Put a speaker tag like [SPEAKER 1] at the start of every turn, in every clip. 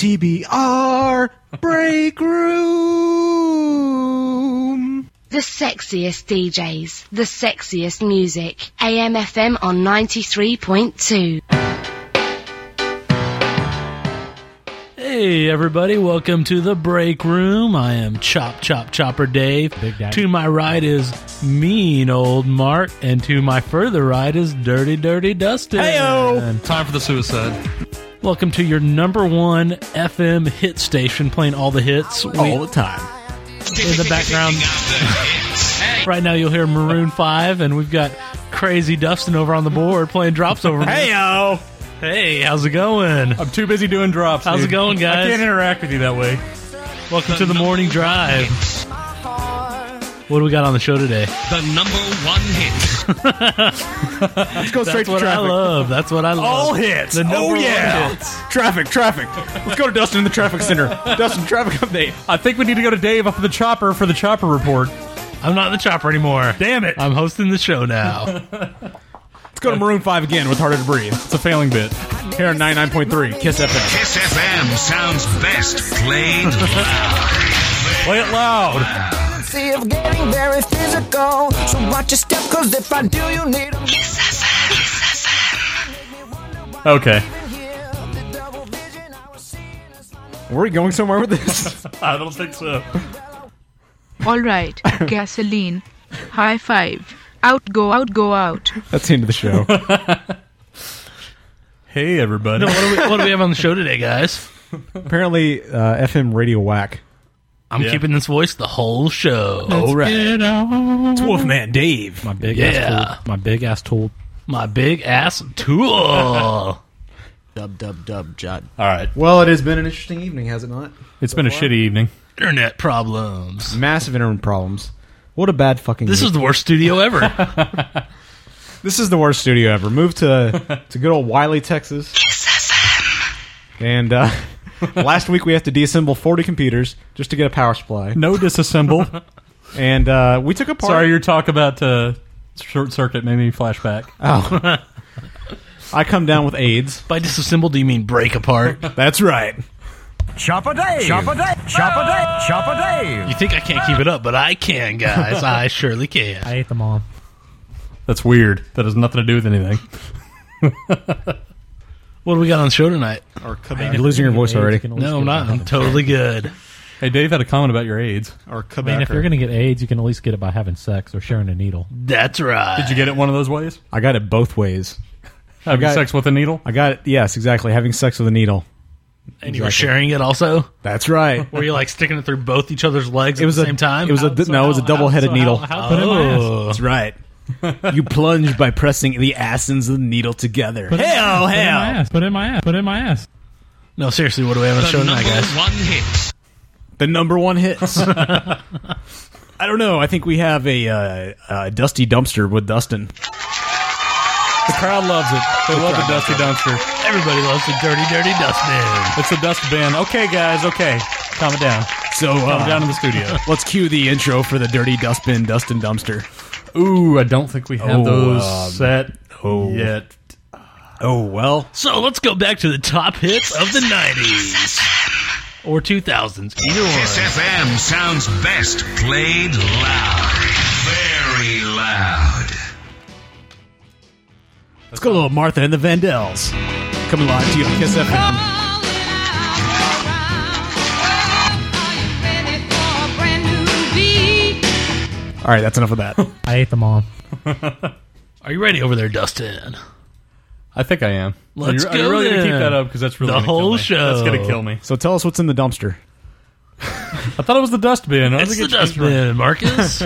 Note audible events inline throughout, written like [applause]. [SPEAKER 1] KTBR Break Room.
[SPEAKER 2] The sexiest DJs, the sexiest music. AMFM on 93.2.
[SPEAKER 3] Hey, everybody, welcome to the break room. I am Chop Chop Chopper Dave.
[SPEAKER 4] Big Daddy.
[SPEAKER 3] To my right is mean old Mark, and to my further right is Dirty Dirty Dustin.
[SPEAKER 4] Heyo.
[SPEAKER 5] Time for the suicide.
[SPEAKER 3] Welcome to your number one FM hit station, playing all the hits. We-
[SPEAKER 4] all the time.
[SPEAKER 3] in the background. right now, you'll hear Maroon 5, and we've got crazy Dustin over on the board playing drops over me.
[SPEAKER 4] Heyo!
[SPEAKER 3] Hey, how's it going?
[SPEAKER 4] I'm too busy doing drops.
[SPEAKER 3] How's
[SPEAKER 4] dude.
[SPEAKER 3] it going, guys?
[SPEAKER 4] I can't interact with you that way.
[SPEAKER 3] Welcome to the morning drive. What do we got on the show today?
[SPEAKER 5] The number one hit.
[SPEAKER 4] Let's go straight
[SPEAKER 3] That's what I love. That's what I love.
[SPEAKER 4] All hits.
[SPEAKER 3] The number
[SPEAKER 4] oh
[SPEAKER 3] one
[SPEAKER 4] yeah.
[SPEAKER 3] hits.
[SPEAKER 4] Traffic, traffic. Let's go to Dustin in the traffic center. Dustin, traffic update. I think we need to go to Dave up at the chopper for the chopper report.
[SPEAKER 3] I'm not in the chopper anymore.
[SPEAKER 4] Damn it.
[SPEAKER 3] I'm hosting the show now.
[SPEAKER 4] Let's go to Maroon Five again with Harder to Breathe. Uh, It's a failing bit. Here on 99.3 Kiss FM.
[SPEAKER 6] Kiss FM sounds best played
[SPEAKER 4] [laughs] Play it loud.
[SPEAKER 7] See of getting very physical. So watch your step, cause if I do, you need a
[SPEAKER 2] Kiss FM, Kiss FM.
[SPEAKER 4] Okay.
[SPEAKER 7] here. The double vision I was seeing is my
[SPEAKER 4] Were we going somewhere with this? I don't think so.
[SPEAKER 8] All right, gasoline. High five. Out, go out, go out.
[SPEAKER 4] [laughs] That's the end of the show. hey everybody.
[SPEAKER 3] what, do we, what do we have on the show today, guys?
[SPEAKER 4] [laughs] Apparently, uh, FM radio whack.
[SPEAKER 3] I'm
[SPEAKER 4] Yeah.
[SPEAKER 3] keeping this voice the whole show. All right.
[SPEAKER 4] It's Wolfman Dave.
[SPEAKER 9] My big
[SPEAKER 3] Yeah.
[SPEAKER 9] ass tool. My big ass tool.
[SPEAKER 3] My big ass tool.
[SPEAKER 9] Dub dub dub jot.
[SPEAKER 4] All right.
[SPEAKER 1] Well, it has been an interesting evening, has it not?
[SPEAKER 4] It's been a shitty evening.
[SPEAKER 3] Internet problems.
[SPEAKER 1] Massive internet problems. What a bad fucking.
[SPEAKER 3] This is the worst studio ever.
[SPEAKER 4] This is the worst studio ever. Move [laughs] to to good old Wiley, Texas,
[SPEAKER 2] Kiss FM.
[SPEAKER 4] and [laughs] uh,
[SPEAKER 1] last week we have to deassemble 40 computers just to get a power supply,
[SPEAKER 4] no [laughs] disassemble.
[SPEAKER 1] and uh, we took apart.
[SPEAKER 4] Sorry, your talk about uh, short circuit made me flashback.
[SPEAKER 1] I come down with AIDS.
[SPEAKER 3] By disassemble, do you mean break apart?
[SPEAKER 4] That's right.
[SPEAKER 6] Chopper Dave. Chopper Dave. Chopper Dave. Chopper Dave.
[SPEAKER 3] You think I can't keep it up, but I can, guys. I surely can.
[SPEAKER 9] I ate them all.
[SPEAKER 4] That's weird. That has nothing to do with anything.
[SPEAKER 3] What do we got on the show tonight?
[SPEAKER 4] You're losing your voice already.
[SPEAKER 3] No, I'm not. I'm totally good.
[SPEAKER 4] Hey, Dave had a comment about your AIDS.
[SPEAKER 1] Or
[SPEAKER 9] I mean, if you're gonna get AIDS, you can at least get it by having sex or sharing a needle.
[SPEAKER 3] That's right.
[SPEAKER 4] Did you get it one of those ways?
[SPEAKER 1] I got it both ways.
[SPEAKER 4] Having
[SPEAKER 1] got-
[SPEAKER 4] sex with a needle?
[SPEAKER 1] I got it. Yes, exactly. Having sex with a needle.
[SPEAKER 3] and you were sharing it also?
[SPEAKER 1] That's
[SPEAKER 4] [laughs]
[SPEAKER 1] right.
[SPEAKER 3] Were you like sticking it through both each other's legs at
[SPEAKER 1] was
[SPEAKER 3] the
[SPEAKER 1] a-
[SPEAKER 3] same time?
[SPEAKER 1] It was a d- no. It was a double-headed needle.
[SPEAKER 3] oh.
[SPEAKER 1] That's
[SPEAKER 4] [laughs]
[SPEAKER 1] right. you plunge by pressing the acids of the needle together.
[SPEAKER 3] Hell,
[SPEAKER 9] Put it in my
[SPEAKER 3] hell.
[SPEAKER 9] ass. Put it in my ass. Put it in my ass.
[SPEAKER 3] No, seriously, what do we have on the
[SPEAKER 5] The
[SPEAKER 3] show tonight,
[SPEAKER 5] number
[SPEAKER 3] guys?
[SPEAKER 5] one hit.
[SPEAKER 1] The number one
[SPEAKER 4] [laughs]
[SPEAKER 1] hits. I don't know. I think we have a uh, uh, dusty dumpster with Dustin.
[SPEAKER 4] The crowd loves it. They love the dusty dumpster.
[SPEAKER 3] Everybody loves the dirty, dirty dustbin.
[SPEAKER 4] It's the dust bin. Okay, guys. Okay, calm it down.
[SPEAKER 1] So
[SPEAKER 4] Calm
[SPEAKER 1] uh,
[SPEAKER 4] down in the studio.
[SPEAKER 1] let's cue the intro for the dirty dustbin, Dustin dumpster.
[SPEAKER 4] Ooh, I don't think we have
[SPEAKER 1] Oh,
[SPEAKER 4] those
[SPEAKER 1] um,
[SPEAKER 4] set
[SPEAKER 1] oh.
[SPEAKER 4] yet.
[SPEAKER 1] Oh well.
[SPEAKER 3] So let's go back to the top hits of the 90s or 2000s. Either
[SPEAKER 6] Kiss
[SPEAKER 3] one.
[SPEAKER 6] FM sounds best played loud. Very loud.
[SPEAKER 1] Let's go, little Martha and the Vandals. Coming live to you on Kiss FM. All right, that's enough of [laughs] that.
[SPEAKER 9] I ate them all.
[SPEAKER 3] Are you ready over there, Dustin?
[SPEAKER 4] I think I am.
[SPEAKER 3] Let's
[SPEAKER 4] are you, are
[SPEAKER 3] go
[SPEAKER 4] you really gonna
[SPEAKER 3] then.
[SPEAKER 4] keep that up because that's really
[SPEAKER 3] The
[SPEAKER 4] gonna kill
[SPEAKER 3] whole
[SPEAKER 4] me.
[SPEAKER 3] show.
[SPEAKER 4] That's gonna kill me.
[SPEAKER 1] so tell us what's in the dumpster.
[SPEAKER 4] I thought it was the dust bin. I
[SPEAKER 3] It's
[SPEAKER 4] was
[SPEAKER 3] the
[SPEAKER 4] like, it's-
[SPEAKER 3] dustbin, Marcus.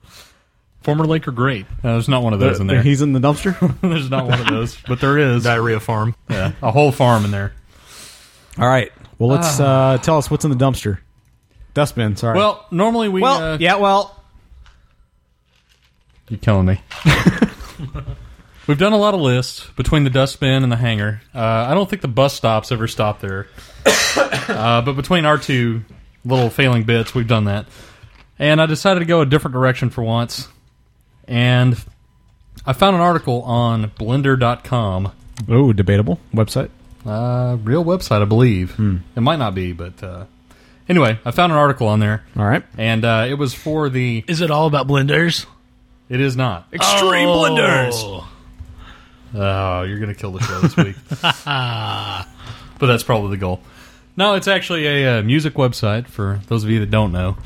[SPEAKER 4] [laughs] Former Laker great. No, there's not one of those in there.
[SPEAKER 1] He's in the dumpster.
[SPEAKER 4] [laughs] there's not one of those, but there is
[SPEAKER 5] Diarrhea farm.
[SPEAKER 4] yeah, a whole farm in there.
[SPEAKER 1] [laughs] All right. Well, let's uh, tell us what's in the dumpster. Dustbin. Sorry.
[SPEAKER 4] Well, normally we.
[SPEAKER 1] well,
[SPEAKER 4] uh,
[SPEAKER 1] yeah. Well,
[SPEAKER 4] You're killing me. [laughs] We've done a lot of lists between the dustbin and the hangar. Uh, I don't think the bus stops ever stop there. [coughs] uh, but between our two little failing bits, we've done that. And I decided to go a different direction for once. And I found an article on Blender.com
[SPEAKER 1] oh, debatable website.
[SPEAKER 4] Uh, real website, I believe. It might not be, but uh, anyway, I found an article on there,
[SPEAKER 1] All right.
[SPEAKER 4] and uh, it was for the.
[SPEAKER 3] Is it all about blenders?
[SPEAKER 4] It is not.
[SPEAKER 1] Extreme blenders.
[SPEAKER 4] Oh, you're gonna kill the show this week. but that's probably the goal. No, it's actually a uh, music website for those of you that don't know.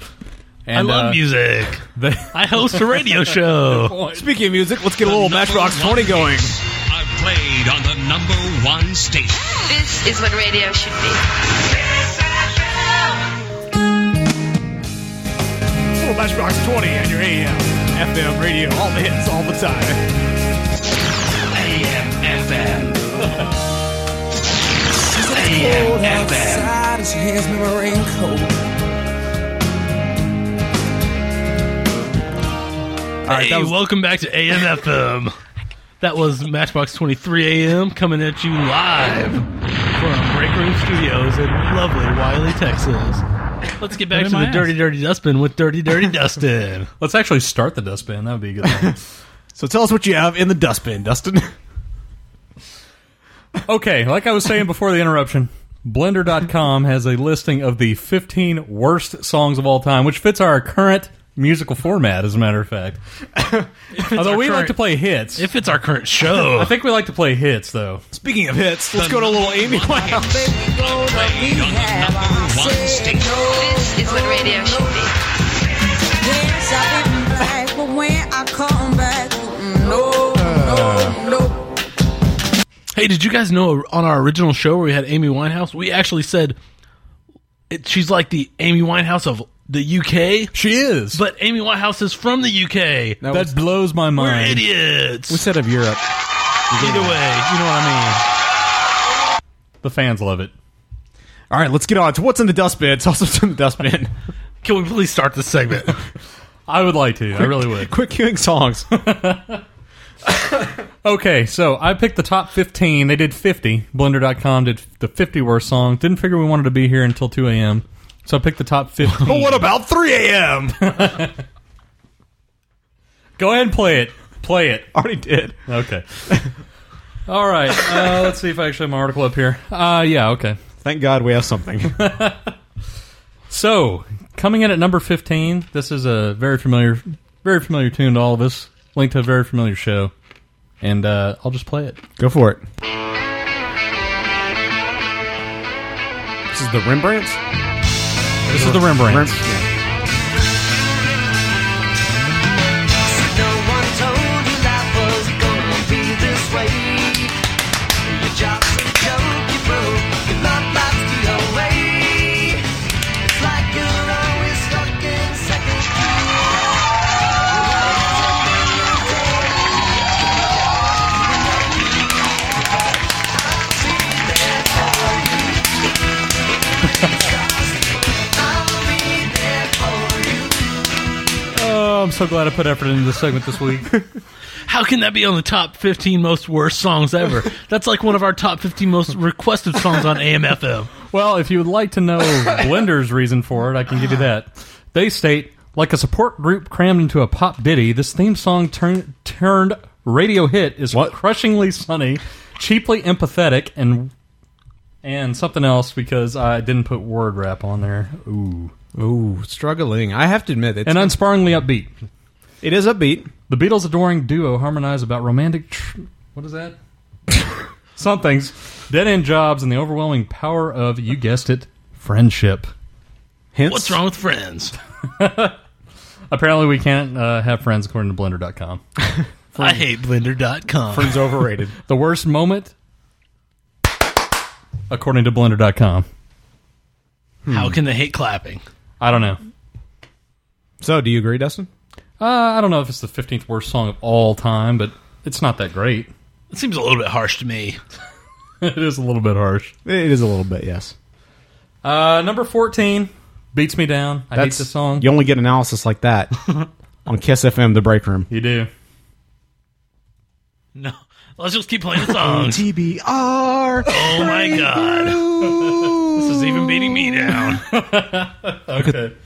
[SPEAKER 4] And,
[SPEAKER 3] I love
[SPEAKER 4] uh,
[SPEAKER 3] music.
[SPEAKER 4] [laughs] They,
[SPEAKER 3] I host a
[SPEAKER 4] [laughs]
[SPEAKER 3] radio show.
[SPEAKER 1] Speaking of music, let's get a little Matchbox 20 going.
[SPEAKER 6] I've played on the number one station.
[SPEAKER 2] This is what radio should be.
[SPEAKER 1] Little Matchbox 20 on your AM, FM radio, all the hits, all the time.
[SPEAKER 6] AM FM. AM FM.
[SPEAKER 7] Outside, and she hands me my raincoat.
[SPEAKER 1] All right,
[SPEAKER 3] Hey,
[SPEAKER 1] that was
[SPEAKER 3] welcome back to AMFM. that was Matchbox 23 AM coming at you live from Break Room Studios in lovely Wiley, Texas. Let's get back
[SPEAKER 10] in
[SPEAKER 3] to
[SPEAKER 10] my
[SPEAKER 3] the
[SPEAKER 10] ass.
[SPEAKER 3] Dirty Dirty Dustbin with Dirty [laughs] Dirty Dustin.
[SPEAKER 4] let's actually start the dustbin. That would be a good thing.
[SPEAKER 1] so. Tell us what you have in the dustbin, Dustin.
[SPEAKER 4] okay, like I was saying before the interruption, Blender.com has a listing of the 15 worst songs of all time, which fits our current musical format, as a matter of fact. Although we like
[SPEAKER 3] current-
[SPEAKER 4] to play hits.
[SPEAKER 3] If it's our current show,
[SPEAKER 4] I think we like to play hits, though.
[SPEAKER 1] Speaking of hits, let's go to little Amy Winehouse.
[SPEAKER 7] Baby, go to rehab. I
[SPEAKER 6] One
[SPEAKER 7] said
[SPEAKER 6] station.
[SPEAKER 7] no.
[SPEAKER 2] This is what radio should be.
[SPEAKER 7] Yes, I've been black, but when I come back, mm, no, no, no.
[SPEAKER 3] hey, did you guys know on our original show where we had Amy Winehouse, we actually said it, she's like the Amy Winehouse of the UK,
[SPEAKER 4] She is.
[SPEAKER 3] but Amy Winehouse is from the UK.
[SPEAKER 4] that blows my
[SPEAKER 3] We're
[SPEAKER 4] mind.
[SPEAKER 3] idiots.
[SPEAKER 1] said of Europe.
[SPEAKER 3] Either way, you know what I
[SPEAKER 4] The fans love it.
[SPEAKER 1] All right, let's get on to what's in the dustbin. Toss us in the [laughs] dustbin.
[SPEAKER 3] mean. Can we please start this segment?
[SPEAKER 4] I would like to. I really would.
[SPEAKER 1] Quick queuing [laughs] songs.
[SPEAKER 4] Okay, so I picked the top 15. They did 50. Blender.com did the 50 worst songs. Didn't figure we wanted to be here until 2 a.m. So I picked the top 15.
[SPEAKER 1] but what about 3 a.m.?
[SPEAKER 4] [laughs] Go ahead and play it. Play it.
[SPEAKER 1] [laughs] Already did.
[SPEAKER 4] Okay. [laughs] All right. Uh, let's see if I actually have my article up here. Uh, yeah, okay.
[SPEAKER 1] Thank God we have something.
[SPEAKER 4] So, coming in at number 15, this is a very familiar very familiar tune to all of us. Linked to a very familiar show. And uh, I'll just play it.
[SPEAKER 1] [laughs] go for it. This is the Rembrandt.
[SPEAKER 4] This is the Rembrandt.
[SPEAKER 7] No one told you life was gonna be this way. Your job's a joke, you broke, your love life's the away. It's like you're always stuck in second gear.
[SPEAKER 4] Oh, I'm so glad I put effort into this segment this [laughs] week.
[SPEAKER 3] How can that be on the top 15 most worst songs [laughs] ever? That's like one of our top 15 most requested songs on [laughs] AMFM.
[SPEAKER 4] Well, if you would like to know Blender's reason for it, I can give you that. They state, like a support group crammed into a pop ditty, this theme song turn- turned radio hit is crushingly sunny, cheaply empathetic, and and something else because I didn't put word rap on there. Ooh,
[SPEAKER 1] Ooh, struggling. I have to admit, it's,
[SPEAKER 4] and unsparingly upbeat.
[SPEAKER 1] it is upbeat.
[SPEAKER 4] The Beatles' adoring duo harmonize about romantic. Tr- what is that? Somethings, dead end jobs, and the overwhelming power of you guessed it, friendship.
[SPEAKER 1] Hence,
[SPEAKER 3] What's wrong with friends?
[SPEAKER 4] Apparently, we can't uh, have friends according to Blender.com.
[SPEAKER 3] I hate
[SPEAKER 1] [laughs]
[SPEAKER 3] Blender.com.
[SPEAKER 1] It's [laughs] overrated.
[SPEAKER 4] The worst moment, according to Blender.com.
[SPEAKER 3] How can they hate clapping?
[SPEAKER 4] I don't know.
[SPEAKER 1] so, do you agree, Dustin?
[SPEAKER 4] Uh, I don't know if it's the 15th worst song of all time, but it's not that great. [laughs]
[SPEAKER 3] It seems a little bit harsh to me.
[SPEAKER 4] it is a little bit harsh.
[SPEAKER 1] It is a little bit, yes.
[SPEAKER 4] Uh, number 14, Beats Me Down. I hate the song.
[SPEAKER 1] You only get analysis like that [laughs] on Kiss FM, The Break Room.
[SPEAKER 4] You do.
[SPEAKER 3] No. Let's just keep playing the songs.
[SPEAKER 1] TBR.
[SPEAKER 3] [laughs] Oh my god. [laughs] This is even beating me down.
[SPEAKER 4] Okay.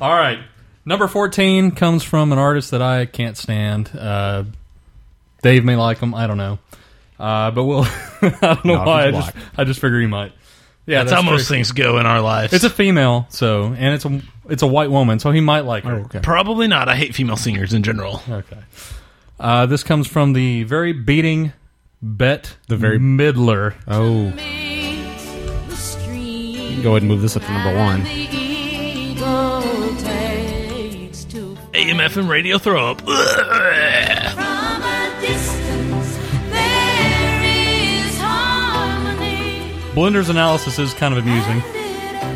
[SPEAKER 4] All right. Number 14 comes from an artist that I can't stand. Uh, Dave may like him. I don't know. Uh, but we'll. [laughs] I don't know
[SPEAKER 7] No,
[SPEAKER 4] why. I
[SPEAKER 7] he's
[SPEAKER 4] just, I just figure he might. Yeah,
[SPEAKER 3] That's, how most
[SPEAKER 4] pretty-
[SPEAKER 3] things go in our lives.
[SPEAKER 4] It's a female, so and it's a it's a white woman, so he might like her.
[SPEAKER 7] Oh, okay.
[SPEAKER 3] probably not. I hate female singers in general.
[SPEAKER 4] Okay. Uh, this comes from the very beating Bet
[SPEAKER 7] The very-
[SPEAKER 4] Midler.
[SPEAKER 7] Oh. Go ahead and move this up to number one.
[SPEAKER 3] AMF and radio throw up.
[SPEAKER 4] Blender's analysis is kind of amusing.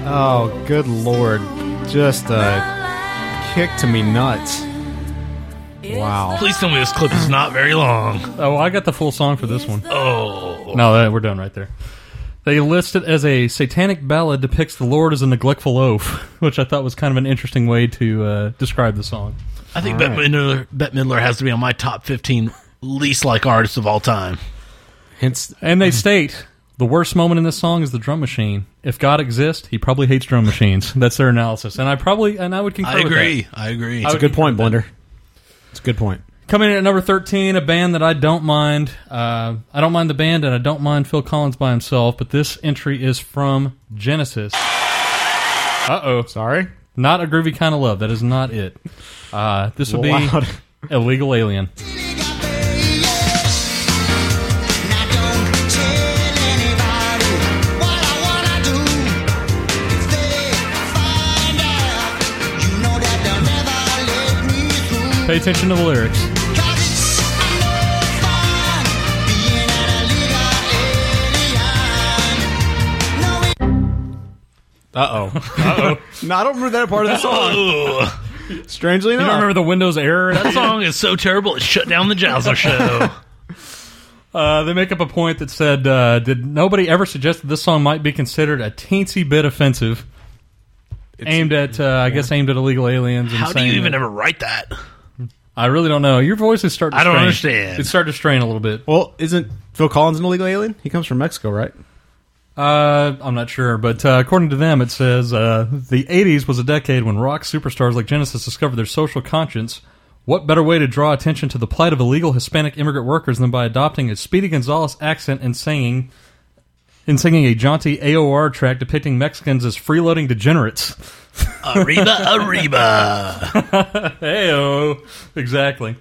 [SPEAKER 7] Oh, good lord. Just a kick to me nuts. Wow.
[SPEAKER 3] Please tell me this clip is not very long.
[SPEAKER 4] Oh, I got the full song for this one.
[SPEAKER 3] Oh,
[SPEAKER 4] No, that, we're done right there. They list it as a satanic ballad depicts the Lord as a neglectful oaf, [laughs] which I thought was kind of an interesting way to uh, describe the song.
[SPEAKER 3] I think Bette, Midler, Bette Midler has to be on my top fifteen least like artists of all time.
[SPEAKER 7] Hence,
[SPEAKER 4] And they state the worst moment in this song is the drum machine. If God exists, he probably hates drum machines. [laughs] That's their analysis, and I probably and I would concur.
[SPEAKER 3] I
[SPEAKER 4] with that.
[SPEAKER 3] agree. I agree.
[SPEAKER 7] it's a good point, Blender. It's a good point.
[SPEAKER 4] Coming in at number 13, a band that I don't mind. Uh, I don't mind the band, and I don't mind Phil Collins by himself, but this entry is from Genesis. Uh oh.
[SPEAKER 7] Sorry?
[SPEAKER 4] Not a groovy kind of love. That is not it. Uh, this would
[SPEAKER 7] [laughs]
[SPEAKER 4] be
[SPEAKER 7] Loud.
[SPEAKER 4] Illegal Alien. Pay attention to the lyrics.
[SPEAKER 7] Uh oh. Uh oh. no, I don't remember that part of the [laughs] song.
[SPEAKER 3] Ugh.
[SPEAKER 7] Strangely
[SPEAKER 4] You
[SPEAKER 7] enough.
[SPEAKER 4] don't remember the Windows error?
[SPEAKER 3] That song is so terrible it shut down the
[SPEAKER 7] [laughs]
[SPEAKER 3] Jowser show.
[SPEAKER 4] Uh, they make up a point that said, uh, "Did nobody ever suggest that this song might be considered a teensy bit offensive?" aimed at, uh, I guess, aimed at illegal aliens. And
[SPEAKER 3] How do you
[SPEAKER 4] saying
[SPEAKER 3] even
[SPEAKER 4] that-
[SPEAKER 3] ever write that?
[SPEAKER 4] I really don't know. Your voice is starting. To
[SPEAKER 3] I don't
[SPEAKER 4] strain.
[SPEAKER 3] understand.
[SPEAKER 4] It's starting to strain a little bit.
[SPEAKER 7] Well, isn't Phil Collins an illegal alien? He comes from Mexico, right?
[SPEAKER 4] Uh, I'm not sure, but uh, according to them, it says uh, the 80s was a decade when rock superstars like Genesis discovered their social conscience. What better way to draw attention to the plight of illegal Hispanic immigrant workers than by adopting a Speedy Gonzales accent and singing, and singing a jaunty AOR track depicting Mexicans as freeloading degenerates?
[SPEAKER 3] Arriba, Arriba.
[SPEAKER 4] Heyo, exactly.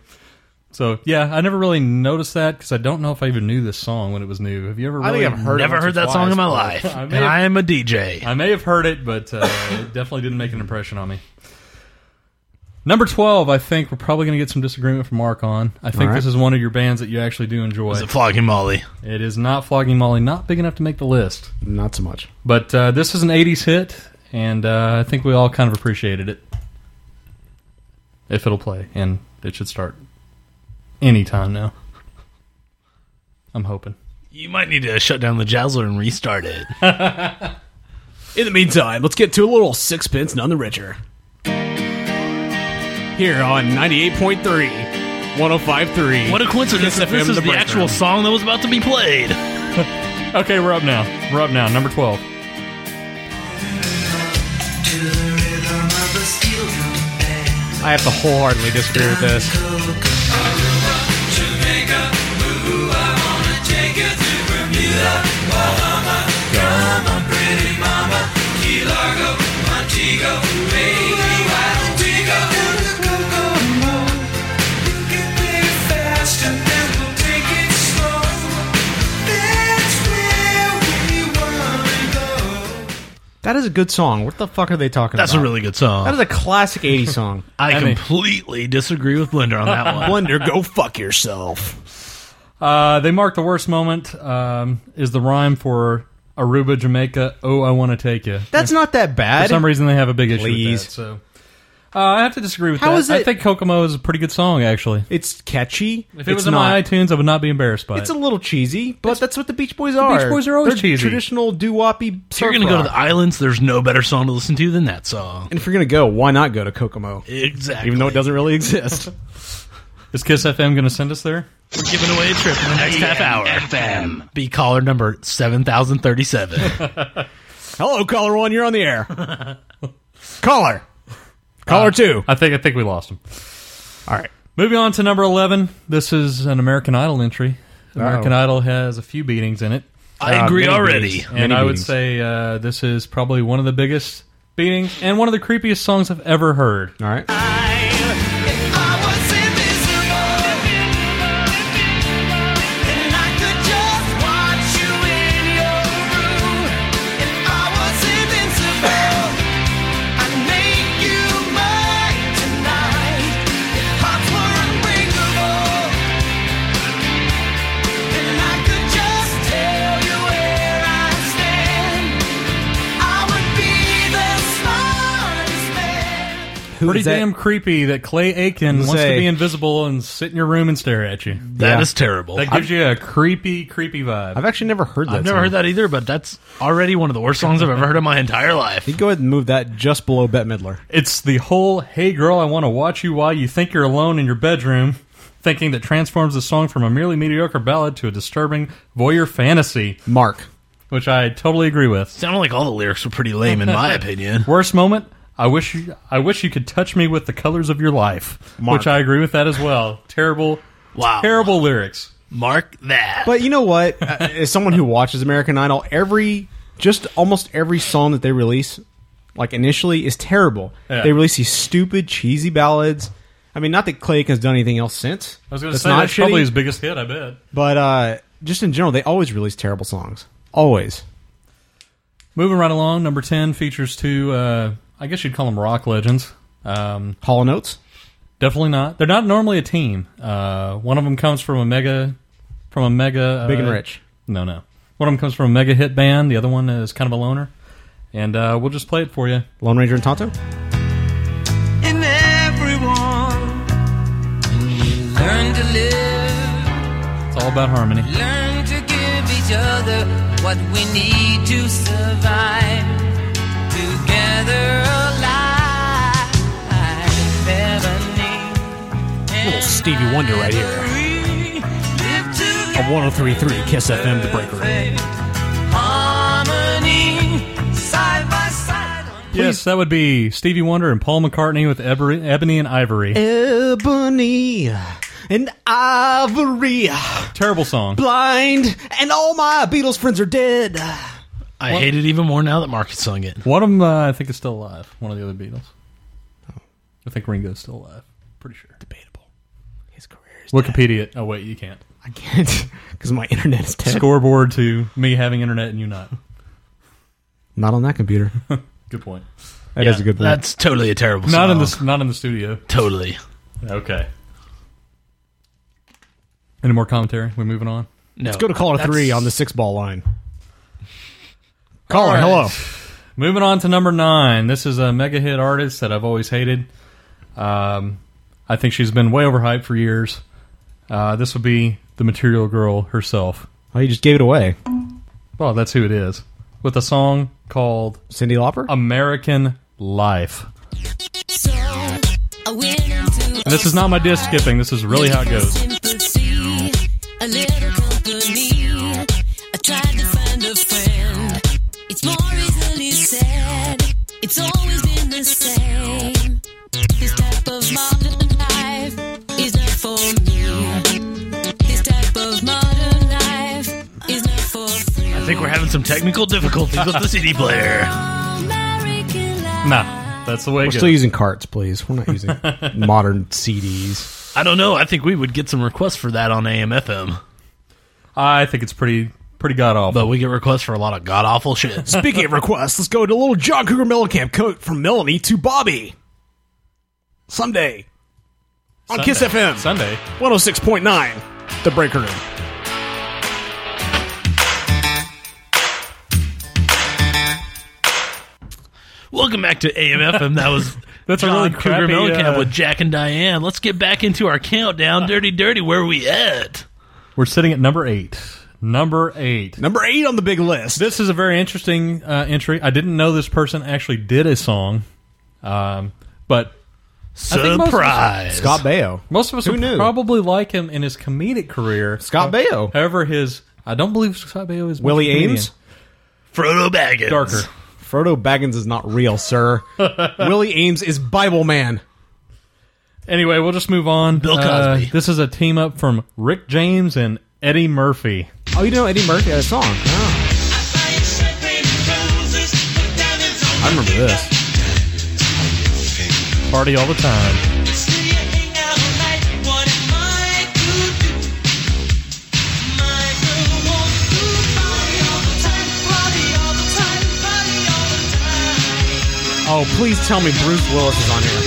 [SPEAKER 4] So yeah, I never really noticed that because I don't know if I even knew this song when it was new. Have you ever?
[SPEAKER 7] I
[SPEAKER 4] really
[SPEAKER 7] think I've heard it
[SPEAKER 3] Never
[SPEAKER 7] once
[SPEAKER 3] heard
[SPEAKER 7] or
[SPEAKER 3] that song in my
[SPEAKER 4] twice.
[SPEAKER 3] life.
[SPEAKER 4] I
[SPEAKER 3] And
[SPEAKER 4] may have-
[SPEAKER 3] I am a DJ.
[SPEAKER 4] I may have heard it, but uh, it definitely didn't make an impression on me. Number 12, I think we're probably going to get some disagreement from Mark on. I think
[SPEAKER 7] All right.
[SPEAKER 4] this is one of your bands that you actually do enjoy.
[SPEAKER 3] Is it Flogging Molly?
[SPEAKER 4] it is not Flogging Molly, not big enough to make the list.
[SPEAKER 7] Not so much.
[SPEAKER 4] But uh, this is an 80s hit, and uh, I think we all kind of appreciated it. If it'll play, and it should start anytime now. I'm hoping.
[SPEAKER 3] You might need to shut down the Jowser and restart
[SPEAKER 7] [laughs]
[SPEAKER 3] it.
[SPEAKER 7] In the meantime, let's get to a little sixpence none the richer. Here on 98.3, 105.3.
[SPEAKER 3] What a coincidence!
[SPEAKER 7] Kiss
[SPEAKER 3] that this is
[SPEAKER 7] FM, the
[SPEAKER 3] the,
[SPEAKER 7] break
[SPEAKER 3] actual
[SPEAKER 7] room.
[SPEAKER 3] song that was about to be played.
[SPEAKER 4] Okay, we're up now. We're up now. Number 12.
[SPEAKER 7] I have to wholeheartedly disagree with this. That is a good song. What the fuck are they talking
[SPEAKER 3] That's a
[SPEAKER 7] about?
[SPEAKER 3] really good song.
[SPEAKER 7] That is a classic 80s [laughs] song.
[SPEAKER 3] I
[SPEAKER 4] mean-
[SPEAKER 3] completely disagree with Blender on
[SPEAKER 7] [laughs]
[SPEAKER 3] that one.
[SPEAKER 7] Blender, go fuck yourself.
[SPEAKER 4] Uh, they mark the worst moment um, is the rhyme for Aruba, Jamaica. Oh, I want to take you.
[SPEAKER 7] That's not that
[SPEAKER 4] For
[SPEAKER 7] bad.
[SPEAKER 4] some reason, they have a big issue
[SPEAKER 7] Please.
[SPEAKER 4] with that. So. Uh, I have to disagree with
[SPEAKER 7] How
[SPEAKER 4] that.
[SPEAKER 7] is
[SPEAKER 4] I
[SPEAKER 7] it-
[SPEAKER 4] think Kokomo is a pretty good song, actually.
[SPEAKER 7] It's catchy.
[SPEAKER 4] If it
[SPEAKER 7] it's
[SPEAKER 4] was on
[SPEAKER 7] not.
[SPEAKER 4] my iTunes, I would not be embarrassed by
[SPEAKER 7] it's
[SPEAKER 4] it.
[SPEAKER 7] a little cheesy, but that's what the Beach Boys are.
[SPEAKER 4] Beach Boys are always
[SPEAKER 7] They're
[SPEAKER 4] cheesy.
[SPEAKER 7] Traditional
[SPEAKER 3] If
[SPEAKER 7] doo-woppy.
[SPEAKER 3] you're
[SPEAKER 7] surf
[SPEAKER 3] gonna go to the
[SPEAKER 7] rock.
[SPEAKER 3] islands, there's no better song to listen to than that song.
[SPEAKER 7] and if you're gonna go, why not go to Kokomo?
[SPEAKER 3] Exactly.
[SPEAKER 7] Even though it doesn't really [laughs] exist.
[SPEAKER 4] Is Kiss FM going to send us there?
[SPEAKER 3] We're giving away a trip in the next half hour. FM. Be caller number seven thousand thirty-seven.
[SPEAKER 1] [laughs]
[SPEAKER 7] Hello, caller one. You're on the air. caller. Caller two.
[SPEAKER 4] I think I think we lost him.
[SPEAKER 7] All right.
[SPEAKER 4] Moving on to number eleven. This is an American Idol entry.
[SPEAKER 7] Oh.
[SPEAKER 1] Oh.
[SPEAKER 4] American Idol has a few beatings in it,
[SPEAKER 3] I agree already.
[SPEAKER 4] and I would say uh, this is probably one of the biggest beatings and one of the creepiest songs I've ever heard.
[SPEAKER 1] All right.
[SPEAKER 11] I was invisible, and I could just watch you in your room. If I was invincible, I'd make you mine tonight. If hearts were unbreakable, then I could just tell you where I stand. I would be the smartest man.
[SPEAKER 7] Who
[SPEAKER 4] Pretty
[SPEAKER 7] is that?
[SPEAKER 4] damn creepy that Clay Aiken wants
[SPEAKER 7] say-
[SPEAKER 4] to be invisible and sit in your room and stare at you.
[SPEAKER 3] That
[SPEAKER 1] Yeah.
[SPEAKER 3] is terrible.
[SPEAKER 4] That gives you a creepy, creepy vibe.
[SPEAKER 1] I've actually never heard that.
[SPEAKER 3] I've never heard that either, but that's already one of the worst songs I've ever heard in my entire life. [laughs]
[SPEAKER 1] You go ahead and move that just below Bette Midler.
[SPEAKER 4] It's the whole "Hey girl, I want to watch you while you think you're alone in your bedroom," thinking that transforms the song from a merely mediocre ballad to a disturbing voyeur fantasy,
[SPEAKER 1] Mark.
[SPEAKER 4] which I totally agree with.
[SPEAKER 3] Sounded like all the lyrics were pretty lame,
[SPEAKER 1] [laughs]
[SPEAKER 3] in my opinion.
[SPEAKER 4] Worst moment. I wish you, I wish you could touch me with the colors of your life,
[SPEAKER 1] Mark.
[SPEAKER 4] which I agree with that as well. Terrible,
[SPEAKER 3] Wow.
[SPEAKER 4] terrible lyrics.
[SPEAKER 3] Mark that.
[SPEAKER 1] But you know what? Uh, [laughs] As someone who watches American Idol, every just almost every song that they release, like initially, is terrible.
[SPEAKER 4] Yeah.
[SPEAKER 1] They release these stupid, cheesy ballads. I mean, not that Clay has done anything else since.
[SPEAKER 4] I was going to
[SPEAKER 1] That's
[SPEAKER 4] say
[SPEAKER 1] not
[SPEAKER 4] that's probably
[SPEAKER 1] shitty,
[SPEAKER 4] his biggest hit. I bet.
[SPEAKER 1] But uh, just in general, they always release terrible songs. Always.
[SPEAKER 4] Moving right along, number ten features two. Uh, I guess you'd call them rock legends. Um,
[SPEAKER 1] Hollow Notes.
[SPEAKER 4] Definitely not. They're not normally a team. Uh, one of them comes from a mega, from a mega uh,
[SPEAKER 1] Big and Rich.
[SPEAKER 4] No, no. One of them comes from a mega hit band. The other one is kind of a loner. And uh, we'll just play it for you.
[SPEAKER 1] Lone Ranger and Tonto.
[SPEAKER 11] in everyone. Learn to live,
[SPEAKER 4] It's all about harmony.
[SPEAKER 11] learn to give each other what we need to survive. Together alive,
[SPEAKER 7] Little Stevie Wonder right here. A 103.3 Kiss FM, The Break Room.
[SPEAKER 11] Harmony, side by side.
[SPEAKER 4] Yes, that would be Stevie Wonder and Paul McCartney with Eber- Ebony and Ivory.
[SPEAKER 1] Ebony and Ivory.
[SPEAKER 4] Terrible song.
[SPEAKER 1] Blind and all my Beatles friends are dead.
[SPEAKER 3] I hate it even more now that Mark has sung it.
[SPEAKER 4] One of them, uh, I think, is still alive. One of the other Beatles.
[SPEAKER 1] Oh.
[SPEAKER 4] I think Ringo's still alive. Pretty sure.
[SPEAKER 1] Debatable. His career is.
[SPEAKER 4] Wikipedia. it. Oh, wait, you can't.
[SPEAKER 1] I can't because my internet is dead.
[SPEAKER 4] [laughs] Scoreboard to me having internet and you not.
[SPEAKER 1] Not on that [laughs] computer. That
[SPEAKER 4] Good point.
[SPEAKER 1] is a good point.
[SPEAKER 3] That's totally a terrible
[SPEAKER 4] Not
[SPEAKER 3] song.
[SPEAKER 4] in the not in the studio.
[SPEAKER 3] Totally.
[SPEAKER 4] Okay. Any more commentary? We're moving on.
[SPEAKER 3] No.
[SPEAKER 1] Let's go to caller
[SPEAKER 3] That's-
[SPEAKER 1] three on the six ball line. Caller, hello.
[SPEAKER 4] Moving on to number nine. This is a mega hit artist that I've always hated. Um, I think she's been way overhyped for years. Uh, this would be the Material Girl herself.
[SPEAKER 1] Oh, you just gave it away,
[SPEAKER 4] Well, that's who it is. With a song called
[SPEAKER 1] Cindy Lauper.
[SPEAKER 4] American Life.
[SPEAKER 11] So, I went into
[SPEAKER 4] And this is not my disc skipping. This is really how it goes.
[SPEAKER 11] sympathy, a little company. I tried to find a friend. It's more easily said. It's always been the same. This type of modern life is not for me. This type of modern life is not for me.
[SPEAKER 3] I think we're having some technical difficulties with the CD player.
[SPEAKER 11] American life.
[SPEAKER 4] Nah, that's the way
[SPEAKER 1] We're
[SPEAKER 4] it
[SPEAKER 1] still
[SPEAKER 4] goes.
[SPEAKER 1] using carts, please. We're not
[SPEAKER 3] [laughs]
[SPEAKER 1] using modern CDs.
[SPEAKER 3] I don't know. I think we would get some requests for that on AMFM.
[SPEAKER 4] I think it's pretty pretty god awful.
[SPEAKER 3] But we get requests for a lot of god awful
[SPEAKER 9] [laughs]
[SPEAKER 3] shit.
[SPEAKER 7] Speaking of requests, let's go to little John Cougar Mellencamp coat from Melanie to Bobby. Someday. On Kiss FM.
[SPEAKER 4] Sunday.
[SPEAKER 7] 106.9. The Breaker Room.
[SPEAKER 3] Welcome back to AMFM.
[SPEAKER 9] [laughs]
[SPEAKER 3] That was
[SPEAKER 4] That's a
[SPEAKER 3] John
[SPEAKER 4] really
[SPEAKER 3] Cougar
[SPEAKER 4] crappy,
[SPEAKER 3] Mellencamp
[SPEAKER 4] uh,
[SPEAKER 3] with Jack and Diane. Let's get back into our countdown. Dirty, dirty. Where we at?
[SPEAKER 4] We're sitting at number eight. Number eight.
[SPEAKER 7] Number eight on the big list.
[SPEAKER 4] This is a very interesting uh, entry. I didn't know this person actually did a song, um, but think most of-
[SPEAKER 3] Surprise.
[SPEAKER 1] Scott Baio.
[SPEAKER 4] most of us
[SPEAKER 1] Who
[SPEAKER 4] would
[SPEAKER 1] knew?
[SPEAKER 4] probably like him in his comedic career.
[SPEAKER 1] Scott Baio.
[SPEAKER 4] However, his I don't believe Scott Baio is much
[SPEAKER 1] Willie
[SPEAKER 4] of a comedian.
[SPEAKER 1] Ames?
[SPEAKER 3] Frodo Baggins.
[SPEAKER 4] darker.
[SPEAKER 1] Frodo Baggins is not real, [laughs] sir. Willie Ames is Bible man.
[SPEAKER 4] Anyway, we'll just move on.
[SPEAKER 3] Bill
[SPEAKER 4] Uh,
[SPEAKER 3] Cosby.
[SPEAKER 4] this is a team up from Rick James and Eddie Murphy.
[SPEAKER 1] Oh, you know Eddie Murphy had a song. Oh,
[SPEAKER 4] I remember this. Party all the time.
[SPEAKER 1] Oh, please tell me Bruce Willis is on here.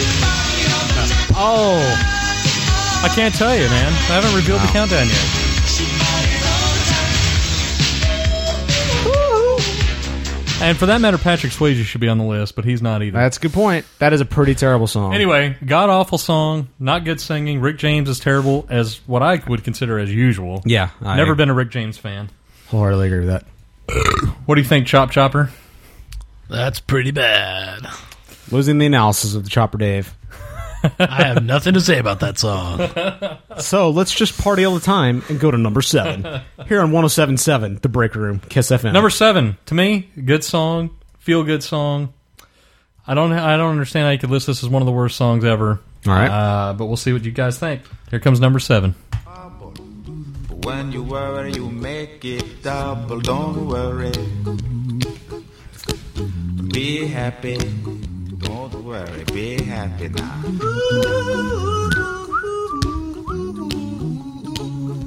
[SPEAKER 4] Oh. I can't tell you, man. I haven't revealed the countdown yet. And for that matter, Patrick Swayze should be on the list, but he's not either.
[SPEAKER 1] That's a good point. That is a pretty terrible song.
[SPEAKER 4] Anyway, god awful song, not good singing. Rick James is terrible as what I would consider as usual.
[SPEAKER 1] Yeah, I
[SPEAKER 4] never been a Rick James fan.
[SPEAKER 1] wholeheartedly agree with that.
[SPEAKER 4] What do you think, Chop Chopper?
[SPEAKER 3] That's pretty bad.
[SPEAKER 1] Losing the analysis of the Chopper Dave.
[SPEAKER 3] I have nothing to say about that song.
[SPEAKER 1] So let's just party all the time and go to number seven
[SPEAKER 4] [laughs]
[SPEAKER 1] here on 107.7, The Break Room, Kiss FM.
[SPEAKER 4] Number seven to me, good song, feel good song. I don't, I don't understand how you could list this as one of the worst songs ever.
[SPEAKER 1] All right.
[SPEAKER 4] uh, but we'll see what you guys think. Here comes number seven.
[SPEAKER 11] When you worry, you make it double. Don't worry. Be happy. Don't worry. Be happy now.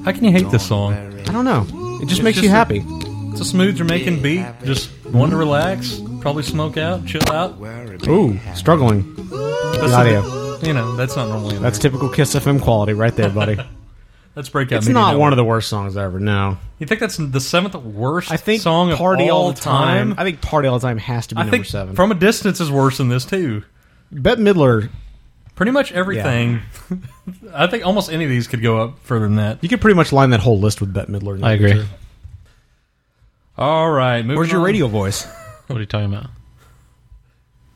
[SPEAKER 4] How can you hate this song?
[SPEAKER 1] I don't know. It just
[SPEAKER 4] It's
[SPEAKER 1] makes
[SPEAKER 4] just
[SPEAKER 1] you
[SPEAKER 4] a-
[SPEAKER 1] happy.
[SPEAKER 4] It's a smooth Jamaican beat. Just one to relax, probably smoke out, chill out.
[SPEAKER 1] Ooh, struggling.
[SPEAKER 4] That's
[SPEAKER 1] The audio.
[SPEAKER 4] not- you know, that's not normally. in
[SPEAKER 1] That's
[SPEAKER 4] there.
[SPEAKER 1] typical Kiss FM quality right there,
[SPEAKER 4] [laughs]
[SPEAKER 1] buddy.
[SPEAKER 4] that's breakout.
[SPEAKER 1] it's
[SPEAKER 4] Media
[SPEAKER 1] not
[SPEAKER 4] Network.
[SPEAKER 1] one of the worst songs ever, no.
[SPEAKER 4] You think that's the seventh worst
[SPEAKER 1] I think
[SPEAKER 4] song of
[SPEAKER 1] Party
[SPEAKER 4] all,
[SPEAKER 1] All
[SPEAKER 4] time?
[SPEAKER 1] I think Party All the Time has to be
[SPEAKER 4] I
[SPEAKER 1] number
[SPEAKER 4] think
[SPEAKER 1] seven.
[SPEAKER 4] From a Distance is worse than this, too.
[SPEAKER 1] Bette Midler,
[SPEAKER 4] Pretty much everything. [laughs] I think almost any of these could go up further than that.
[SPEAKER 1] you could pretty much line that whole list with Bette Midler.
[SPEAKER 9] I agree.
[SPEAKER 4] All right. Moving
[SPEAKER 1] Where's your
[SPEAKER 4] on.
[SPEAKER 1] radio voice?
[SPEAKER 9] What are you talking about?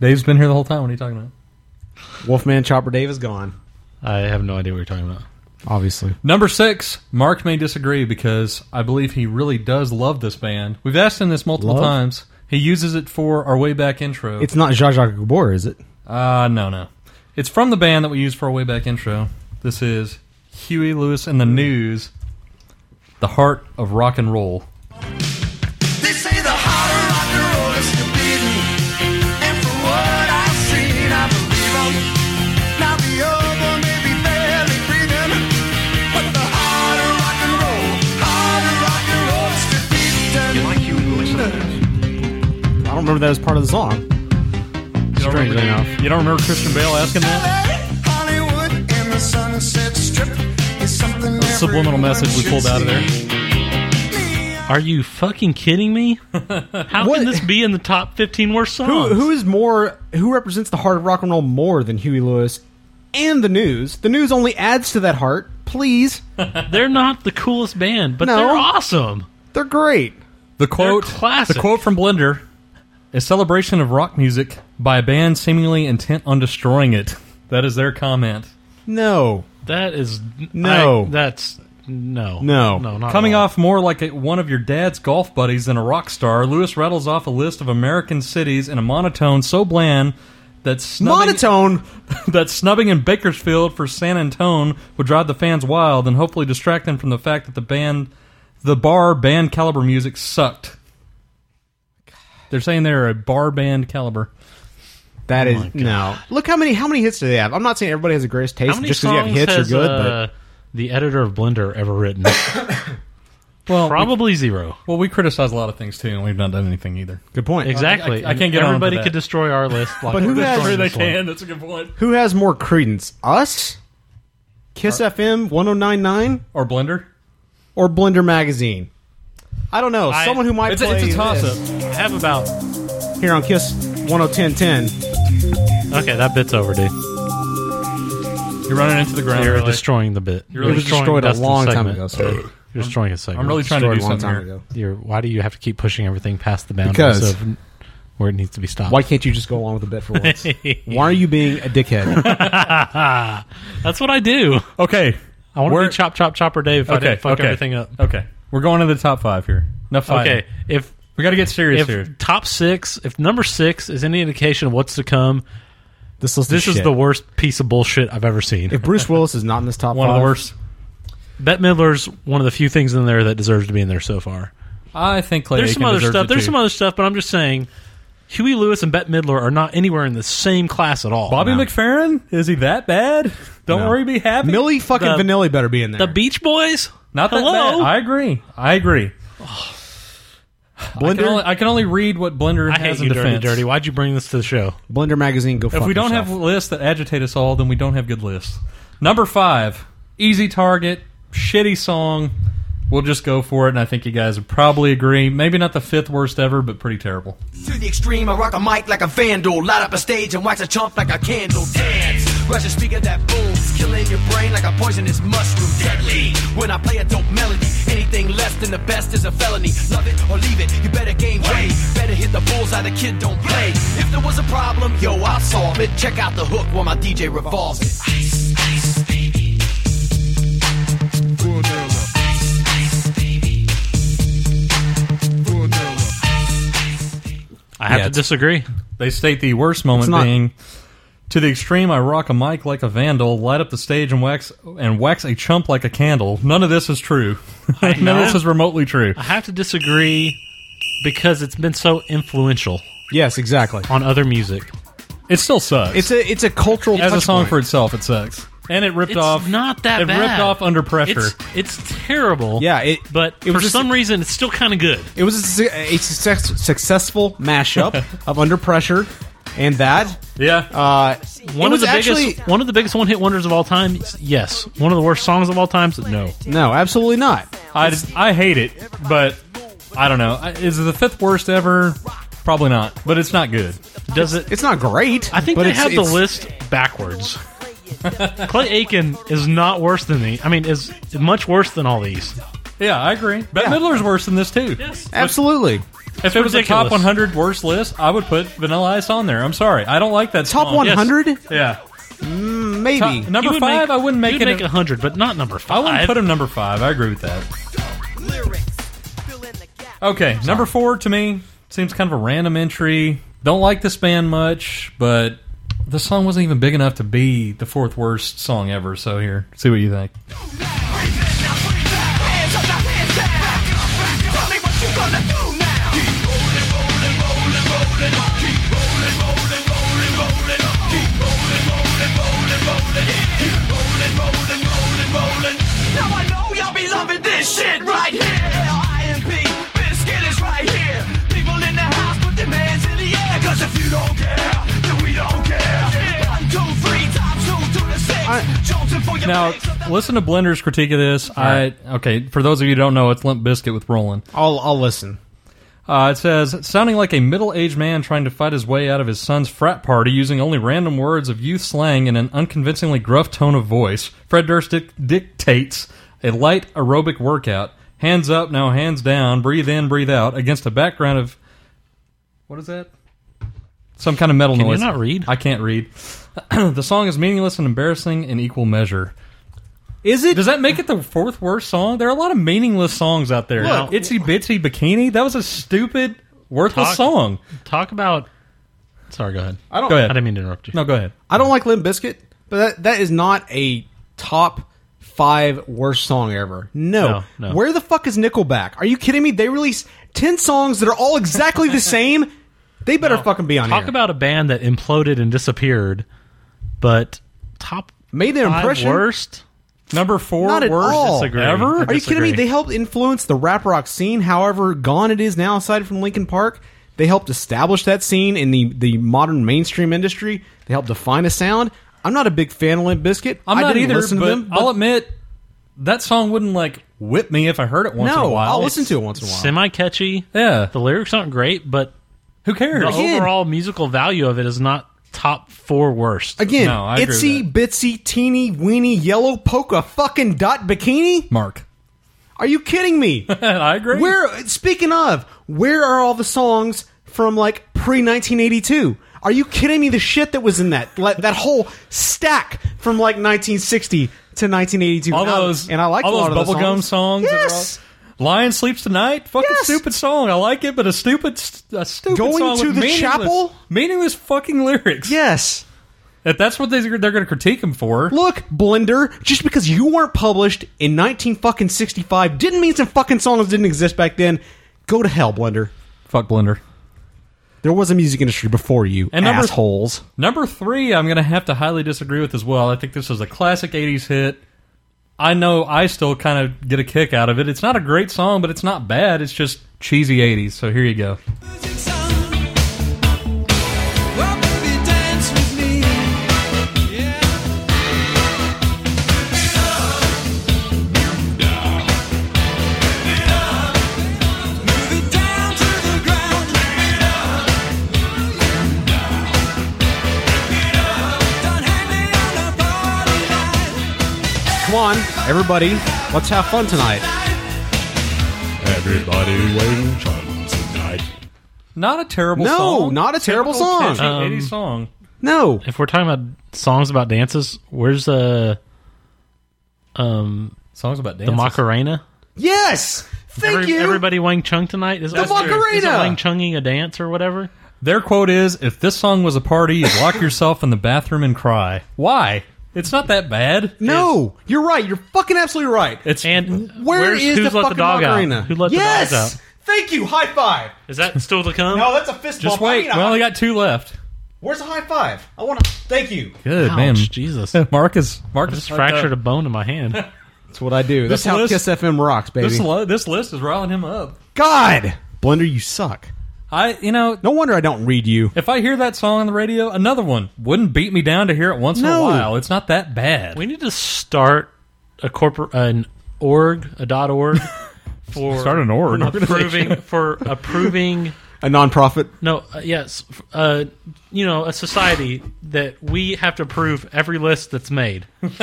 [SPEAKER 4] Dave's been here the whole time. What are you talking about?
[SPEAKER 1] Wolfman Chopper Dave is gone.
[SPEAKER 9] I have no idea what you're talking about.
[SPEAKER 1] Obviously.
[SPEAKER 4] Number six. Mark may disagree because I believe he really does love this band. We've asked him this multiple
[SPEAKER 1] Love?
[SPEAKER 4] times. He uses it for our way back intro.
[SPEAKER 1] It's not Zsa Zsa Gabor, is it?
[SPEAKER 4] uh, no, no. It's from the band that we use for our way back intro. This is Huey Lewis and the News, The Heart of Rock and Roll.
[SPEAKER 11] They say the heart of rock and roll is still beating. And from what I've seen, I believe 'em. Now the other may be barely breathing. But the heart of rock and roll, heart of rock and roll is still beating. You like you,
[SPEAKER 1] I don't remember that as part of the song. Strangely enough.
[SPEAKER 4] You don't remember Christian Bale asking that?
[SPEAKER 11] Hollywood and the sunset strip is something
[SPEAKER 4] Subliminal message we pulled out of there.
[SPEAKER 3] Are you fucking
[SPEAKER 1] [laughs]
[SPEAKER 3] kidding me? How
[SPEAKER 1] What?
[SPEAKER 3] can this be in the top 15 worst songs?
[SPEAKER 1] Who, who is more? Who represents the heart of rock and roll more than Huey Lewis and the News? The News only adds to that heart. Please,
[SPEAKER 3] They're not the coolest band, but
[SPEAKER 1] No.
[SPEAKER 3] they're awesome.
[SPEAKER 1] they're great.
[SPEAKER 4] The quote,
[SPEAKER 3] classic.
[SPEAKER 4] the quote from Blender, a celebration of rock music by a band seemingly intent on destroying it. That is their comment.
[SPEAKER 1] No,
[SPEAKER 3] That is
[SPEAKER 1] No.
[SPEAKER 3] I- that's no,
[SPEAKER 1] No.
[SPEAKER 3] no, not
[SPEAKER 4] Coming
[SPEAKER 3] at all.
[SPEAKER 4] off more like a, one of your dad's golf buddies than a rock star, Lewis rattles off a list of American cities in a monotone so bland that snubbing,
[SPEAKER 1] monotone.
[SPEAKER 4] that snubbing in Bakersfield for San Antone would drive the fans wild and hopefully distract them from the fact that the band, the bar band caliber music sucked. They're saying they're a bar band caliber.
[SPEAKER 3] Oh
[SPEAKER 1] That is no. Look how many how many hits do they have? I'm not saying everybody has the greatest
[SPEAKER 3] How
[SPEAKER 1] taste.
[SPEAKER 3] many
[SPEAKER 1] Just because
[SPEAKER 3] songs
[SPEAKER 1] you have hits,
[SPEAKER 3] has
[SPEAKER 1] you're good.
[SPEAKER 3] uh, the editor of Blender
[SPEAKER 1] [laughs]
[SPEAKER 3] ever written?
[SPEAKER 4] Well, we-
[SPEAKER 3] Probably zero.
[SPEAKER 4] well, we criticize a lot of things too, and we've not done anything either.
[SPEAKER 1] but good point.
[SPEAKER 3] Exactly.
[SPEAKER 4] I- I can't get on
[SPEAKER 3] Everybody
[SPEAKER 4] to that.
[SPEAKER 3] could destroy our list. Like
[SPEAKER 1] But who
[SPEAKER 3] we're
[SPEAKER 1] has-
[SPEAKER 3] destroying
[SPEAKER 1] Sure
[SPEAKER 3] this one.
[SPEAKER 4] That's a good point.
[SPEAKER 1] Who has more credence? Us, Kiss
[SPEAKER 3] Uh,
[SPEAKER 1] FM 1099,
[SPEAKER 4] Or Blender.
[SPEAKER 1] or Blender Magazine? I don't know.
[SPEAKER 3] I-
[SPEAKER 1] Someone who might
[SPEAKER 4] It's a,
[SPEAKER 1] play
[SPEAKER 4] it's a toss up.
[SPEAKER 3] I have about
[SPEAKER 1] this here on Kiss 101010.
[SPEAKER 3] okay. That bit's over, dude.
[SPEAKER 4] You're running into the ground.
[SPEAKER 3] You're
[SPEAKER 4] really.
[SPEAKER 3] destroying the bit. You're
[SPEAKER 4] really
[SPEAKER 3] destroying
[SPEAKER 1] destroyed a
[SPEAKER 3] Dustin's
[SPEAKER 1] long time
[SPEAKER 3] segment.
[SPEAKER 1] ago, sir.
[SPEAKER 3] You're destroying a segment.
[SPEAKER 4] I'm really trying to
[SPEAKER 1] Destroyed
[SPEAKER 4] do
[SPEAKER 1] a long time
[SPEAKER 4] something here.
[SPEAKER 1] ago.
[SPEAKER 3] You're, why do you have to keep pushing everything past the boundaries
[SPEAKER 1] Because-
[SPEAKER 3] of where it needs to be stopped?
[SPEAKER 1] Why can't you just go along with the bit for once?
[SPEAKER 4] [laughs]
[SPEAKER 1] Why are you being a dickhead?
[SPEAKER 3] That's what I do.
[SPEAKER 4] Okay.
[SPEAKER 3] I want to
[SPEAKER 4] We're-
[SPEAKER 3] be chop chop chopper Dave. If I
[SPEAKER 4] Okay.
[SPEAKER 3] didn't fuck
[SPEAKER 4] okay.
[SPEAKER 3] everything up.
[SPEAKER 4] Okay. We're going to the top five here. Enough five.
[SPEAKER 3] Okay, if
[SPEAKER 4] We got to get serious
[SPEAKER 3] if
[SPEAKER 4] here.
[SPEAKER 3] top six, if number six is any indication of what's to come,
[SPEAKER 1] This list
[SPEAKER 3] this is
[SPEAKER 1] shit.
[SPEAKER 3] the worst piece of bullshit I've ever seen.
[SPEAKER 1] If Bruce Willis is not in this top
[SPEAKER 4] One
[SPEAKER 1] five,
[SPEAKER 4] of the worst.
[SPEAKER 3] Bette Midler's one of the few things in there that deserves to be in there so far.
[SPEAKER 4] I think Clay
[SPEAKER 3] there's some
[SPEAKER 4] Aiken
[SPEAKER 3] other
[SPEAKER 4] deserves
[SPEAKER 3] stuff.
[SPEAKER 4] it,
[SPEAKER 3] There's
[SPEAKER 4] too.
[SPEAKER 3] some other stuff, but I'm just saying, Huey Lewis and Bette Midler are not anywhere in the same class at all.
[SPEAKER 4] Bobby McFerrin? Is he that bad? Don't
[SPEAKER 3] No.
[SPEAKER 4] worry, be happy.
[SPEAKER 3] Millie fucking The- Vanilli
[SPEAKER 4] better be in
[SPEAKER 3] The Beach Boys?
[SPEAKER 4] Not that
[SPEAKER 3] Hello?
[SPEAKER 4] bad. I agree. I agree. I can, only, I can only read what Blender
[SPEAKER 3] I
[SPEAKER 4] has
[SPEAKER 3] hate
[SPEAKER 4] in
[SPEAKER 3] you, dirty,
[SPEAKER 4] defense.
[SPEAKER 3] dirty. Why'd you bring this to the show?
[SPEAKER 1] Blender magazine, go.
[SPEAKER 4] If we don't have lists that agitate us all, then we don't have good lists. Number five, easy target, shitty song. We'll just go for it, and I think you guys would probably agree. Maybe not the fifth worst ever, but pretty terrible.
[SPEAKER 11] To the extreme, I rock a mic like a vandal. Light up a stage and wax a chump like a candle. Dance, rush a speaker that booms, killing your brain like a poisonous mushroom. Deadly, when I play a dope melody, anything less than the best is a felony. Love it or leave it, you better gain weight. Better hit the bullseye, the kid don't play. If there was a problem, yo, I'll solve it. Check out the hook while my DJ revolves it. Ice, ice, baby. Ice, ice, baby.
[SPEAKER 3] I have to disagree.
[SPEAKER 4] They state the worst moment
[SPEAKER 3] It's not-
[SPEAKER 4] being to the extreme. I rock a mic like a vandal, light up the stage and wax and wax a chump like a candle. None of this
[SPEAKER 3] [laughs]
[SPEAKER 4] is true. [laughs] None of this is remotely true.
[SPEAKER 3] I have to disagree because it's been so influential.
[SPEAKER 1] Yes, exactly.
[SPEAKER 3] On other music.
[SPEAKER 4] It still sucks.
[SPEAKER 1] It's a it's a cultural
[SPEAKER 4] as a
[SPEAKER 1] touch
[SPEAKER 4] song
[SPEAKER 1] point.
[SPEAKER 4] for itself. It sucks. And it ripped
[SPEAKER 3] It's
[SPEAKER 4] off.
[SPEAKER 3] Not that
[SPEAKER 4] it
[SPEAKER 3] bad.
[SPEAKER 4] ripped off under pressure.
[SPEAKER 3] It's, it's terrible.
[SPEAKER 1] Yeah, it,
[SPEAKER 3] but
[SPEAKER 1] it
[SPEAKER 3] for
[SPEAKER 1] was just-
[SPEAKER 3] some reason, it's still kind of good.
[SPEAKER 1] It was a, su- a success, successful
[SPEAKER 4] [laughs]
[SPEAKER 1] mashup of Under Pressure and that.
[SPEAKER 4] Yeah.
[SPEAKER 1] Uh, it
[SPEAKER 3] One of
[SPEAKER 1] was
[SPEAKER 3] the biggest,
[SPEAKER 1] actually-
[SPEAKER 3] one of the biggest one-hit wonders of all time. Yes. One of the worst songs of all time. No.
[SPEAKER 1] No, absolutely not.
[SPEAKER 4] I just- I hate it, but I don't know. I- Is it the fifth worst ever? Probably not. But it's not good.
[SPEAKER 3] Does it?
[SPEAKER 1] It's not great.
[SPEAKER 3] I think they have the list backwards. Clay Aiken is not worse than the. I mean, is much worse than all these.
[SPEAKER 4] Yeah, I agree. Bette Midler's worse than this too.
[SPEAKER 3] Yes.
[SPEAKER 1] Absolutely.
[SPEAKER 4] If it was a top
[SPEAKER 3] ridiculous.
[SPEAKER 4] 100 worst list, I would put Vanilla Ice on there. I'm sorry, I don't like that.
[SPEAKER 1] Top
[SPEAKER 4] song.
[SPEAKER 1] 100?
[SPEAKER 4] Yeah.
[SPEAKER 1] maybe
[SPEAKER 4] Top- number five. I wouldn't make it.
[SPEAKER 3] Make hundred, but not number
[SPEAKER 4] I
[SPEAKER 3] five.
[SPEAKER 4] wouldn't put him number five. I agree with that. Okay, number four to me seems kind of a random entry. Don't like this band much, but the song wasn't even big enough to be the fourth worst song ever. So here, see what you think.
[SPEAKER 11] Now I know y'all be loving this shit right here. IMP, biscuit is right here. People in the house put their hands in the air. Cause if you don't care, then we don't care. One, two, three, times two, two to six. Jonesing for your
[SPEAKER 4] Now, listen to Blender's critique of this. I okay. For those of you who don't know, it's Limp Biscuit with Roland.
[SPEAKER 1] I'll I'll listen.
[SPEAKER 4] Uh, it says, sounding like a middle-aged man trying to fight his way out of his son's frat party using only random words of youth slang in an unconvincingly gruff tone of voice. Fred Durst dic- dictates a light aerobic workout. Hands up, now hands down, breathe in, breathe out, against a background of What is that? some kind of metal
[SPEAKER 3] Can you
[SPEAKER 4] noise.
[SPEAKER 3] not read?
[SPEAKER 4] I can't read. [clears throat] the song is meaningless and embarrassing in equal measure.
[SPEAKER 1] Is it?
[SPEAKER 4] Does that make it the fourth worst song? There are a lot of meaningless songs out there.
[SPEAKER 3] Look-
[SPEAKER 4] Itsy Bitsy Bikini. That was a stupid, worthless
[SPEAKER 3] Talk-
[SPEAKER 4] song.
[SPEAKER 3] Talk about. Sorry, go ahead.
[SPEAKER 1] I don't-
[SPEAKER 4] Go ahead.
[SPEAKER 3] I didn't mean to interrupt you.
[SPEAKER 4] No, go ahead.
[SPEAKER 1] I don't like Limp Biscuit, but that, that is not a top five worst song ever. No.
[SPEAKER 3] No, no.
[SPEAKER 1] Where the fuck is Nickelback? Are you kidding me? They release ten songs that are all exactly the same. They better fucking be on
[SPEAKER 3] Talk
[SPEAKER 1] here.
[SPEAKER 3] about a band that imploded and disappeared, but top
[SPEAKER 1] made their
[SPEAKER 3] five
[SPEAKER 1] impression.
[SPEAKER 3] worst
[SPEAKER 4] number four
[SPEAKER 1] Not at
[SPEAKER 4] worst
[SPEAKER 1] all.
[SPEAKER 3] disagree.
[SPEAKER 4] ever.
[SPEAKER 3] I
[SPEAKER 1] Are you kidding me?
[SPEAKER 3] disagree.
[SPEAKER 1] They helped influence the rap rock scene, however gone it is now, aside from Lincoln Park. They helped establish that scene in the, the modern mainstream industry. They helped define a sound. I'm not a big fan of Limp Bizkit.
[SPEAKER 4] I'm
[SPEAKER 1] I
[SPEAKER 4] not
[SPEAKER 1] didn't
[SPEAKER 4] either.
[SPEAKER 1] listen to
[SPEAKER 4] but
[SPEAKER 1] them. but
[SPEAKER 4] I'll admit that song wouldn't like whip me if I heard it once in
[SPEAKER 1] no,
[SPEAKER 4] a while.
[SPEAKER 1] I'll listen to it once in a while.
[SPEAKER 3] semi catchy.
[SPEAKER 4] Yeah.
[SPEAKER 3] The lyrics aren't great, but
[SPEAKER 4] Who cares?
[SPEAKER 3] the
[SPEAKER 1] Again-
[SPEAKER 3] overall musical value of it is not top four worst.
[SPEAKER 1] Again,
[SPEAKER 4] No, I agree with
[SPEAKER 1] itsy bitsy teeny weeny yellow polka fucking dot bikini.
[SPEAKER 4] Mark.
[SPEAKER 1] Are you kidding
[SPEAKER 4] [laughs]
[SPEAKER 1] me?
[SPEAKER 4] I agree.
[SPEAKER 1] Where speaking of, where are all the songs from like pre 1982? Are you kidding me? The shit that was in that like, that whole stack from like 1960 to 1982.
[SPEAKER 4] all
[SPEAKER 1] And I-
[SPEAKER 4] those
[SPEAKER 1] and I like
[SPEAKER 4] all
[SPEAKER 1] a lot
[SPEAKER 4] those
[SPEAKER 1] of the
[SPEAKER 4] bubblegum
[SPEAKER 1] songs.
[SPEAKER 4] songs. that were
[SPEAKER 1] Yes.
[SPEAKER 4] all- Lion sleeps tonight. Fucking
[SPEAKER 1] Yes.
[SPEAKER 4] stupid song. I like it, but a stupid, a stupid
[SPEAKER 1] Going
[SPEAKER 4] song
[SPEAKER 1] to
[SPEAKER 4] with
[SPEAKER 1] the
[SPEAKER 4] meaningless-
[SPEAKER 1] chapel?
[SPEAKER 4] Meaningless fucking lyrics.
[SPEAKER 1] Yes.
[SPEAKER 4] If that's what they, they're going to critique him for,
[SPEAKER 1] Look, Blender, just because you weren't published in 19 fucking 65 didn't mean some fucking songs didn't exist back then. Go to hell, Blender.
[SPEAKER 4] Fuck Blender.
[SPEAKER 1] There was a music industry before you. And
[SPEAKER 4] number-
[SPEAKER 1] assholes.
[SPEAKER 4] Number three, I'm going to have to highly disagree with as well. I think this is a classic 80s hit. I know I still kind of get a kick out of it. It's not a great song, but it's not bad. It's just cheesy 80s. So here you go.
[SPEAKER 1] Come on, everybody, let's have fun tonight.
[SPEAKER 4] Everybody waiting tonight. Not a terrible
[SPEAKER 1] No,
[SPEAKER 4] song.
[SPEAKER 1] not a terrible
[SPEAKER 4] Typical
[SPEAKER 1] song.
[SPEAKER 4] catchy
[SPEAKER 1] Um,
[SPEAKER 4] 80s song.
[SPEAKER 1] No.
[SPEAKER 3] If we're talking about songs about dances, where's uh um
[SPEAKER 4] songs about
[SPEAKER 3] the
[SPEAKER 4] dances?
[SPEAKER 3] Macarena?
[SPEAKER 1] Yes. Thank
[SPEAKER 3] Every-
[SPEAKER 1] you.
[SPEAKER 3] Everybody Wang Chung tonight is
[SPEAKER 1] The
[SPEAKER 3] is- Is
[SPEAKER 1] Macarena!
[SPEAKER 3] Wang Chunging a dance or whatever?
[SPEAKER 4] Their quote is If this song was a party, you'd
[SPEAKER 1] [laughs]
[SPEAKER 4] lock yourself in the bathroom and cry. Why? It's not that bad.
[SPEAKER 1] No, you're right. You're fucking absolutely right.
[SPEAKER 4] It's
[SPEAKER 3] and
[SPEAKER 1] Where
[SPEAKER 3] Where's
[SPEAKER 1] is
[SPEAKER 3] Who's
[SPEAKER 1] the
[SPEAKER 3] Let the
[SPEAKER 1] fucking
[SPEAKER 3] Dog Out?
[SPEAKER 1] Macarena?
[SPEAKER 3] Who Let the
[SPEAKER 1] yes!
[SPEAKER 3] Dogs Out?
[SPEAKER 1] Thank you. High five.
[SPEAKER 3] Is that still to come?
[SPEAKER 1] No, that's a fist
[SPEAKER 4] Just
[SPEAKER 1] bump. I
[SPEAKER 4] wait.
[SPEAKER 1] mean, I-
[SPEAKER 4] we only got two left.
[SPEAKER 1] Where's the high five? I want to. Thank you.
[SPEAKER 4] Good man,
[SPEAKER 3] Ouch, Jesus.
[SPEAKER 4] Marcus,
[SPEAKER 3] I
[SPEAKER 4] Marcus
[SPEAKER 3] just fractured a bone in
[SPEAKER 1] [laughs]
[SPEAKER 3] my hand.
[SPEAKER 1] That's what I do.
[SPEAKER 4] This
[SPEAKER 1] That's how
[SPEAKER 4] list-
[SPEAKER 1] Kiss FM rocks, baby.
[SPEAKER 4] This li- this list is riling him up.
[SPEAKER 1] God, Blender, you suck.
[SPEAKER 4] I you know
[SPEAKER 1] No wonder I don't read you.
[SPEAKER 4] if I hear that song on the radio, another one wouldn't beat me down to hear it once in a
[SPEAKER 1] No.
[SPEAKER 4] while. It's not that bad.
[SPEAKER 3] We need to start a corporate an org a dot org for
[SPEAKER 4] [laughs] Start an org.
[SPEAKER 3] approving for approving
[SPEAKER 1] A nonprofit.
[SPEAKER 3] no uh, yes f- uh, you know a society that we have to approve every list that's made
[SPEAKER 4] [laughs]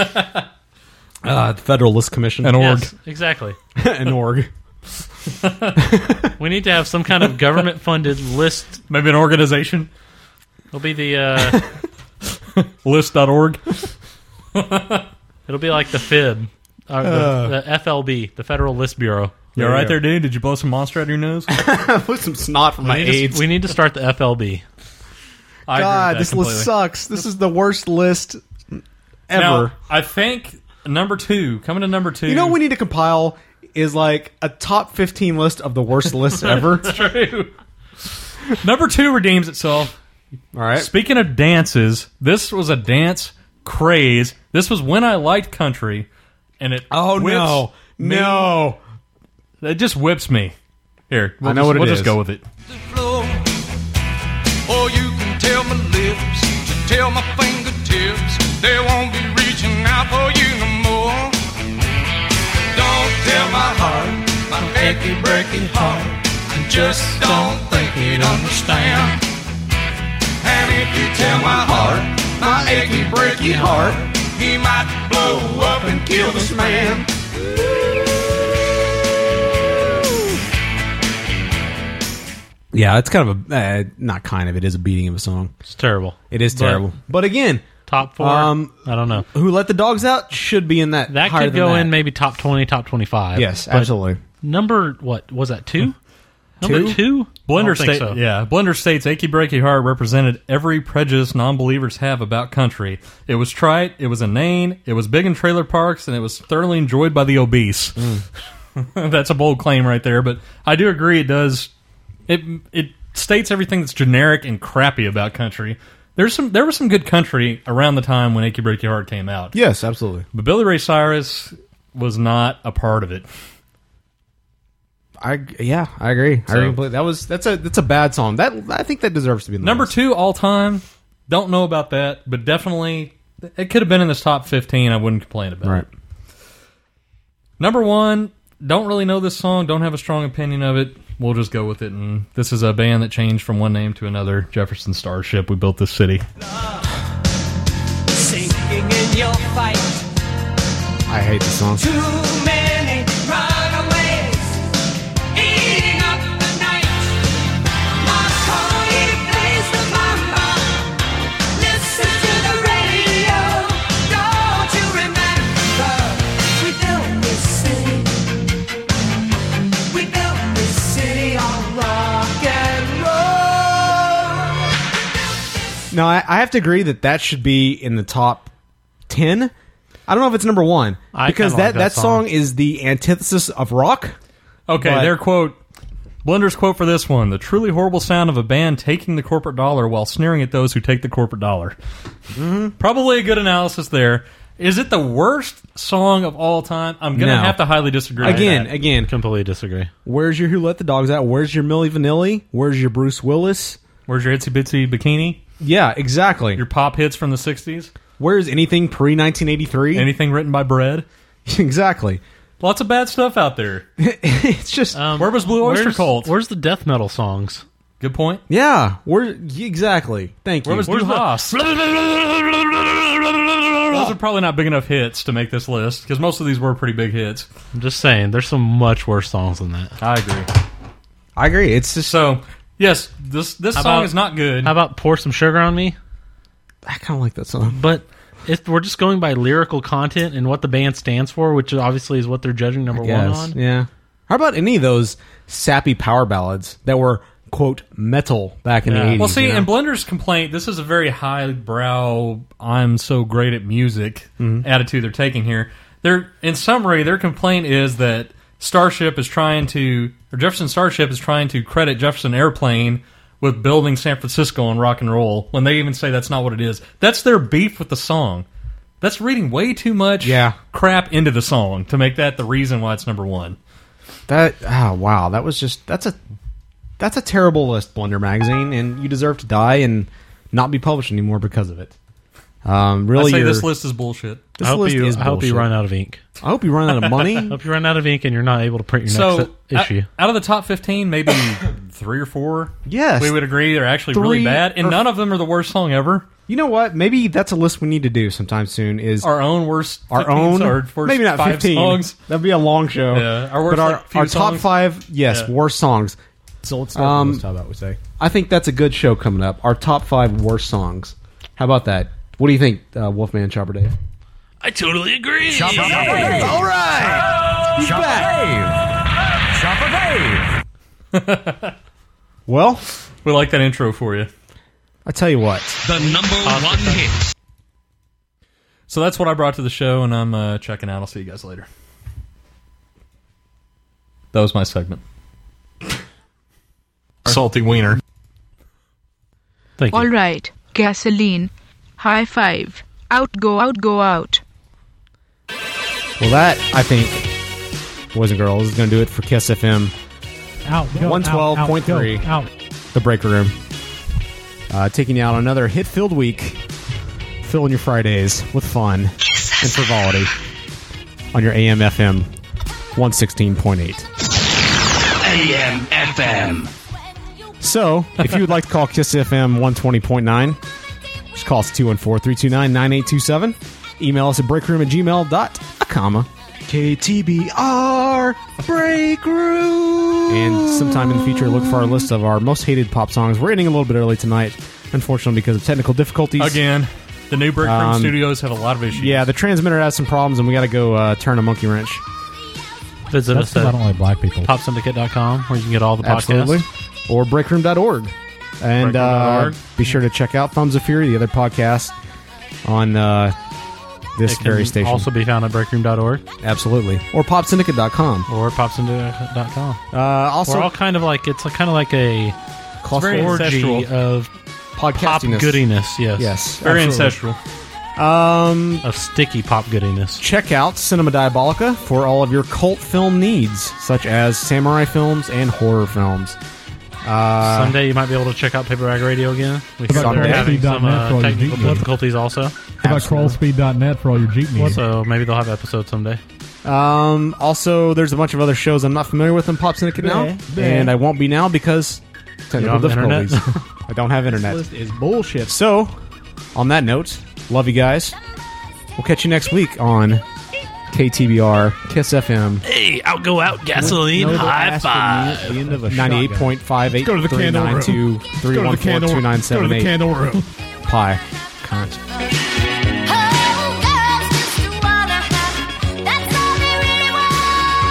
[SPEAKER 1] Uh, the Federal List Commission. [laughs]
[SPEAKER 4] An org.
[SPEAKER 3] yes exactly
[SPEAKER 1] An
[SPEAKER 3] [laughs]
[SPEAKER 1] org.
[SPEAKER 3] we need to have some kind of government funded list
[SPEAKER 4] Maybe an organization.
[SPEAKER 3] it'll be the
[SPEAKER 4] [laughs]
[SPEAKER 3] uh,
[SPEAKER 1] [laughs]
[SPEAKER 4] List.org.
[SPEAKER 3] it'll be like the fib uh, the, the FLB the Federal List Bureau
[SPEAKER 4] You
[SPEAKER 1] There
[SPEAKER 4] all right
[SPEAKER 1] you go.
[SPEAKER 4] there, dude? Did you blow some monster out of
[SPEAKER 1] [laughs]
[SPEAKER 4] your nose?
[SPEAKER 1] Put some snot from my
[SPEAKER 3] we need,
[SPEAKER 1] AIDS.
[SPEAKER 3] to, we need to start the FLB
[SPEAKER 4] I agree with
[SPEAKER 1] God,
[SPEAKER 4] that
[SPEAKER 1] this
[SPEAKER 4] completely.
[SPEAKER 1] list sucks. This is the worst list ever.
[SPEAKER 4] Now, I think number two, coming to number two.
[SPEAKER 1] you
[SPEAKER 4] [laughs]
[SPEAKER 1] know what we need to compile is like a top 15 list of the worst
[SPEAKER 3] [laughs]
[SPEAKER 1] lists ever.
[SPEAKER 4] number two redeems itself.
[SPEAKER 1] All right.
[SPEAKER 4] Speaking of dances, this was a dance craze. This was when I liked country, and it
[SPEAKER 1] Oh,
[SPEAKER 4] whips
[SPEAKER 1] no.
[SPEAKER 4] me-
[SPEAKER 1] No.
[SPEAKER 4] It just whips me. Here, we'll
[SPEAKER 1] I know
[SPEAKER 4] just,
[SPEAKER 1] what it
[SPEAKER 4] we'll
[SPEAKER 1] is.
[SPEAKER 4] just go with it.
[SPEAKER 11] floor. Or you can tell my lips, to tell my fingertips, they won't be reaching out for you no more. Don't tell my heart, my achy, breaky heart, I just don't think it understand. And if you tell my heart, my achy, breaky heart, he might blow up and kill this man.
[SPEAKER 1] Yeah, it's kind of a uh, not kind of it is a beating of a song.
[SPEAKER 3] it's terrible
[SPEAKER 1] It is
[SPEAKER 3] But-
[SPEAKER 1] terrible. But again,
[SPEAKER 3] top four
[SPEAKER 1] Um,
[SPEAKER 3] I don't know
[SPEAKER 1] who let the dogs out should be in that.
[SPEAKER 3] That
[SPEAKER 1] higher
[SPEAKER 3] could
[SPEAKER 1] than
[SPEAKER 3] go
[SPEAKER 1] that.
[SPEAKER 3] in maybe top twenty, top twenty-five.
[SPEAKER 1] Yes, Hmm.
[SPEAKER 3] But
[SPEAKER 1] absolutely.
[SPEAKER 3] Number what was that? Two. Number two. I
[SPEAKER 4] Blender
[SPEAKER 3] don't think
[SPEAKER 4] state,
[SPEAKER 3] so.
[SPEAKER 4] yeah. Blender states, "Achy Breaky Heart" represented every prejudice non-believers have about country. It was trite, it was inane, it was big in trailer parks, and it was thoroughly enjoyed by the obese. [laughs] that's a bold claim right there, but I do agree. It does it it states everything that's generic and crappy about country. There's some there was some good country around the time when "Achy Breaky Heart" came out,
[SPEAKER 1] Yes, absolutely.
[SPEAKER 4] but Billy Ray Cyrus was not a part of it.
[SPEAKER 1] I yeah, I agree. I
[SPEAKER 4] So-
[SPEAKER 1] agree completely. That was that's a that's a bad song. That I think that deserves to be in the
[SPEAKER 4] Number
[SPEAKER 1] list.
[SPEAKER 4] two all time. Don't know about that, but definitely it could have been in this top fifteen. I wouldn't complain about
[SPEAKER 1] Right.
[SPEAKER 4] it. Number one. Don't really know this song. Don't have a strong opinion of it. We'll just go with it. And this is a band that changed from one name to another. Jefferson Starship. We built this city.
[SPEAKER 11] Sinking in your fight.
[SPEAKER 1] I hate this song.
[SPEAKER 11] Too many runaways eating up the night. My party plays the mama. Listen to the radio. Don't you remember? We built this city. We built this city on rock and roll.
[SPEAKER 1] No, I, I have to agree that that should be in the top ten. I don't know if it's number one
[SPEAKER 4] I
[SPEAKER 1] because that,
[SPEAKER 4] kinda like
[SPEAKER 1] that
[SPEAKER 4] that
[SPEAKER 1] song
[SPEAKER 4] song.
[SPEAKER 1] is the antithesis of rock.
[SPEAKER 4] Okay,
[SPEAKER 1] But-
[SPEAKER 4] their quote. Blender's quote for this one: "The truly horrible sound of a band taking the corporate dollar while sneering at those who take the corporate dollar."
[SPEAKER 1] Mm-hmm.
[SPEAKER 4] Probably a good analysis there. Is it the worst song of all time? I'm gonna
[SPEAKER 1] No.
[SPEAKER 4] have to highly disagree.
[SPEAKER 1] Again,
[SPEAKER 4] with that.
[SPEAKER 1] again,
[SPEAKER 12] completely disagree.
[SPEAKER 1] Where's your Who Let the Dogs Out? Where's your Millie Vanilli? Where's your Bruce Willis?
[SPEAKER 4] Where's your Itsy Bitsy Bikini?
[SPEAKER 1] Yeah, exactly.
[SPEAKER 4] Your pop hits from the '60s.
[SPEAKER 1] Where's anything pre 1983?
[SPEAKER 4] Anything written by Bread?
[SPEAKER 1] [laughs] exactly. [laughs]
[SPEAKER 4] Lots of bad stuff out there.
[SPEAKER 1] it's just
[SPEAKER 4] where was Blue Oyster
[SPEAKER 12] where's-
[SPEAKER 4] Cult?
[SPEAKER 12] Where's the death metal songs?
[SPEAKER 4] Good point.
[SPEAKER 1] Yeah, where exactly? Thank you.
[SPEAKER 4] Where was Du Hast? Those are probably not big enough hits to make this list because most of these were pretty big hits.
[SPEAKER 12] I'm just saying, there's some much worse songs than that.
[SPEAKER 4] I agree.
[SPEAKER 1] I agree. It's just
[SPEAKER 4] so. Yes, this this
[SPEAKER 12] How
[SPEAKER 4] song
[SPEAKER 12] about-
[SPEAKER 4] is not good.
[SPEAKER 12] How about pour some sugar on me?
[SPEAKER 1] I kind of like that song.
[SPEAKER 12] But if we're just going by lyrical content and what the band stands for, which obviously is what they're judging number one
[SPEAKER 1] Yes,
[SPEAKER 12] on.
[SPEAKER 1] Yeah. How about any of those sappy power ballads that were quote metal back in the eighties?
[SPEAKER 4] well, see, in Blender's complaint, this is a very highbrow, "I'm so great at music" attitude they're taking here. They're, in summary, their complaint is that Starship is trying to, or Jefferson Starship is trying to credit Jefferson Airplane with building San Francisco on rock and roll. When they even say that's not what it is, that's their beef with the song. That's reading way too much
[SPEAKER 1] Yeah.
[SPEAKER 4] crap into the song to make that the reason why it's number one.
[SPEAKER 1] that oh wow, that was just that's a that's a terrible list, Blender magazine, and you deserve to die and not be published anymore because of it. Um, really,
[SPEAKER 4] I say
[SPEAKER 1] your-
[SPEAKER 4] this list is bullshit.
[SPEAKER 1] This
[SPEAKER 12] I hope,
[SPEAKER 1] list
[SPEAKER 12] you,
[SPEAKER 1] is
[SPEAKER 12] I hope you
[SPEAKER 1] bullshit.
[SPEAKER 12] run out of ink.
[SPEAKER 1] I hope you run
[SPEAKER 4] [laughs]
[SPEAKER 1] out of
[SPEAKER 12] I
[SPEAKER 1] money.
[SPEAKER 12] hope you run out of ink and you're not able to print your next
[SPEAKER 4] So
[SPEAKER 12] i- issue.
[SPEAKER 4] Out, out of the top
[SPEAKER 1] [coughs]
[SPEAKER 4] fifteen, maybe three or four.
[SPEAKER 1] Yes.
[SPEAKER 4] we would agree they're actually
[SPEAKER 1] Three
[SPEAKER 4] really bad, and
[SPEAKER 1] or-
[SPEAKER 4] none of them are the worst song ever.
[SPEAKER 1] you know what? Maybe that's a list we need to do sometime soon. Is
[SPEAKER 4] Our own worst,
[SPEAKER 1] our
[SPEAKER 4] 15
[SPEAKER 1] own
[SPEAKER 4] or worst
[SPEAKER 1] maybe not
[SPEAKER 4] five
[SPEAKER 1] 15
[SPEAKER 4] songs.
[SPEAKER 1] that'd be a long show
[SPEAKER 4] Yeah, our worst,
[SPEAKER 1] but our,
[SPEAKER 4] like, few
[SPEAKER 1] our top
[SPEAKER 4] songs.
[SPEAKER 1] five yes
[SPEAKER 4] Yeah.
[SPEAKER 1] worst songs
[SPEAKER 9] So let's
[SPEAKER 1] start with Um, this, how
[SPEAKER 9] about we say?
[SPEAKER 1] i think that's a good show coming up our top five worst songs how about that what do you think uh, wolfman chopper dave
[SPEAKER 3] I totally agree.
[SPEAKER 13] All right. He's back.
[SPEAKER 1] well
[SPEAKER 4] We like that intro for you.
[SPEAKER 1] i tell you what
[SPEAKER 6] The number one hit.
[SPEAKER 4] So that's what I brought to the show, and I'm uh, checking out. I'll see you guys later. That was my segment. Salty wiener.
[SPEAKER 12] Thank you.
[SPEAKER 8] Alright, gasoline. High five. Out go out go out.
[SPEAKER 1] well that i think boys and girls is gonna do it for kiss fm
[SPEAKER 9] Out, go,
[SPEAKER 1] 112.3.
[SPEAKER 9] Out, out,
[SPEAKER 1] the breaker room uh, taking you out on another hit filled week filling your fridays with fun and frivolity on your am fm 116.8
[SPEAKER 6] AM FM.
[SPEAKER 1] So, if you would like to call Kiss FM 120.9, just call us 214 329 9827. Email us at breakroom at gmail dot a comma. KTBR Breakroom. And sometime in the future, look for our list of our most hated pop songs. We're ending a little bit early tonight, unfortunately, because of technical difficulties.
[SPEAKER 4] Again, the new Brick Room
[SPEAKER 1] Um,
[SPEAKER 4] Studios have a lot of issues.
[SPEAKER 1] Yeah, the transmitter has some problems, and we got to go uh, turn a monkey wrench.
[SPEAKER 12] Visit
[SPEAKER 9] That's
[SPEAKER 12] us
[SPEAKER 9] because I
[SPEAKER 12] at
[SPEAKER 9] don't like black people.
[SPEAKER 12] popsyndicate.com where you can get all the
[SPEAKER 1] Absolutely.
[SPEAKER 12] podcasts.
[SPEAKER 1] Or breakroom.org. And uh,
[SPEAKER 12] Breakroom.org.
[SPEAKER 1] be sure to check out Thumbs of Fury, the other podcast on uh, this
[SPEAKER 12] It can
[SPEAKER 1] very station.
[SPEAKER 12] Also be found at breakroom.org
[SPEAKER 1] Absolutely. Or popsyndicate.com.
[SPEAKER 12] or popsyndicate.com.
[SPEAKER 1] Uh, also,
[SPEAKER 12] We're all kind of like, it's a, kind of like a
[SPEAKER 1] call
[SPEAKER 4] very
[SPEAKER 1] for
[SPEAKER 12] orgy
[SPEAKER 4] ancestral.
[SPEAKER 12] of pop
[SPEAKER 1] podcastiness.
[SPEAKER 12] goodiness. Yes.
[SPEAKER 1] Yes.
[SPEAKER 4] very
[SPEAKER 1] absolutely.
[SPEAKER 4] ancestral.
[SPEAKER 1] Um,
[SPEAKER 12] Of sticky pop goodiness.
[SPEAKER 1] check out Cinema Diabolica for all of your cult film needs, such as samurai films and horror films.
[SPEAKER 12] Someday you might be able to check out Paper Bag Radio again. Oh, We hear
[SPEAKER 1] Someday.
[SPEAKER 12] they're having some
[SPEAKER 9] Speed.net for
[SPEAKER 12] uh,
[SPEAKER 9] all your
[SPEAKER 12] technical
[SPEAKER 9] geek needs.
[SPEAKER 12] difficulties also.
[SPEAKER 9] How about crawlspeed.net for all your Jeep needs?
[SPEAKER 12] So maybe they'll have episodes someday.
[SPEAKER 1] Um, also, there's a bunch of other shows I'm not familiar with on Pop Syndicate now,
[SPEAKER 9] Bleh, bleh.
[SPEAKER 1] and I won't be now because technical
[SPEAKER 12] You don't have
[SPEAKER 1] difficulties. I don't have internet. [laughs]
[SPEAKER 9] is bullshit.
[SPEAKER 1] So, on that note, love you guys. We'll catch you next week on KTBR Kiss FM
[SPEAKER 3] Hey, out go out gasoline. High five.
[SPEAKER 1] ninety eight point five eight
[SPEAKER 9] Go to the
[SPEAKER 1] three
[SPEAKER 9] candle
[SPEAKER 1] nine
[SPEAKER 9] room.
[SPEAKER 1] two three one four two nine seven eight
[SPEAKER 9] room.
[SPEAKER 1] pi. Cunt.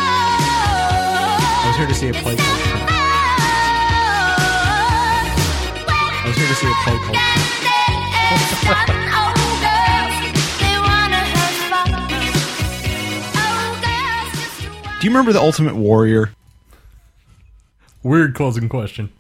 [SPEAKER 1] I was here to see a play. Called, I was here to see a play called.
[SPEAKER 7] Oh, Do you remember the Ultimate Warrior?
[SPEAKER 4] Weird closing question.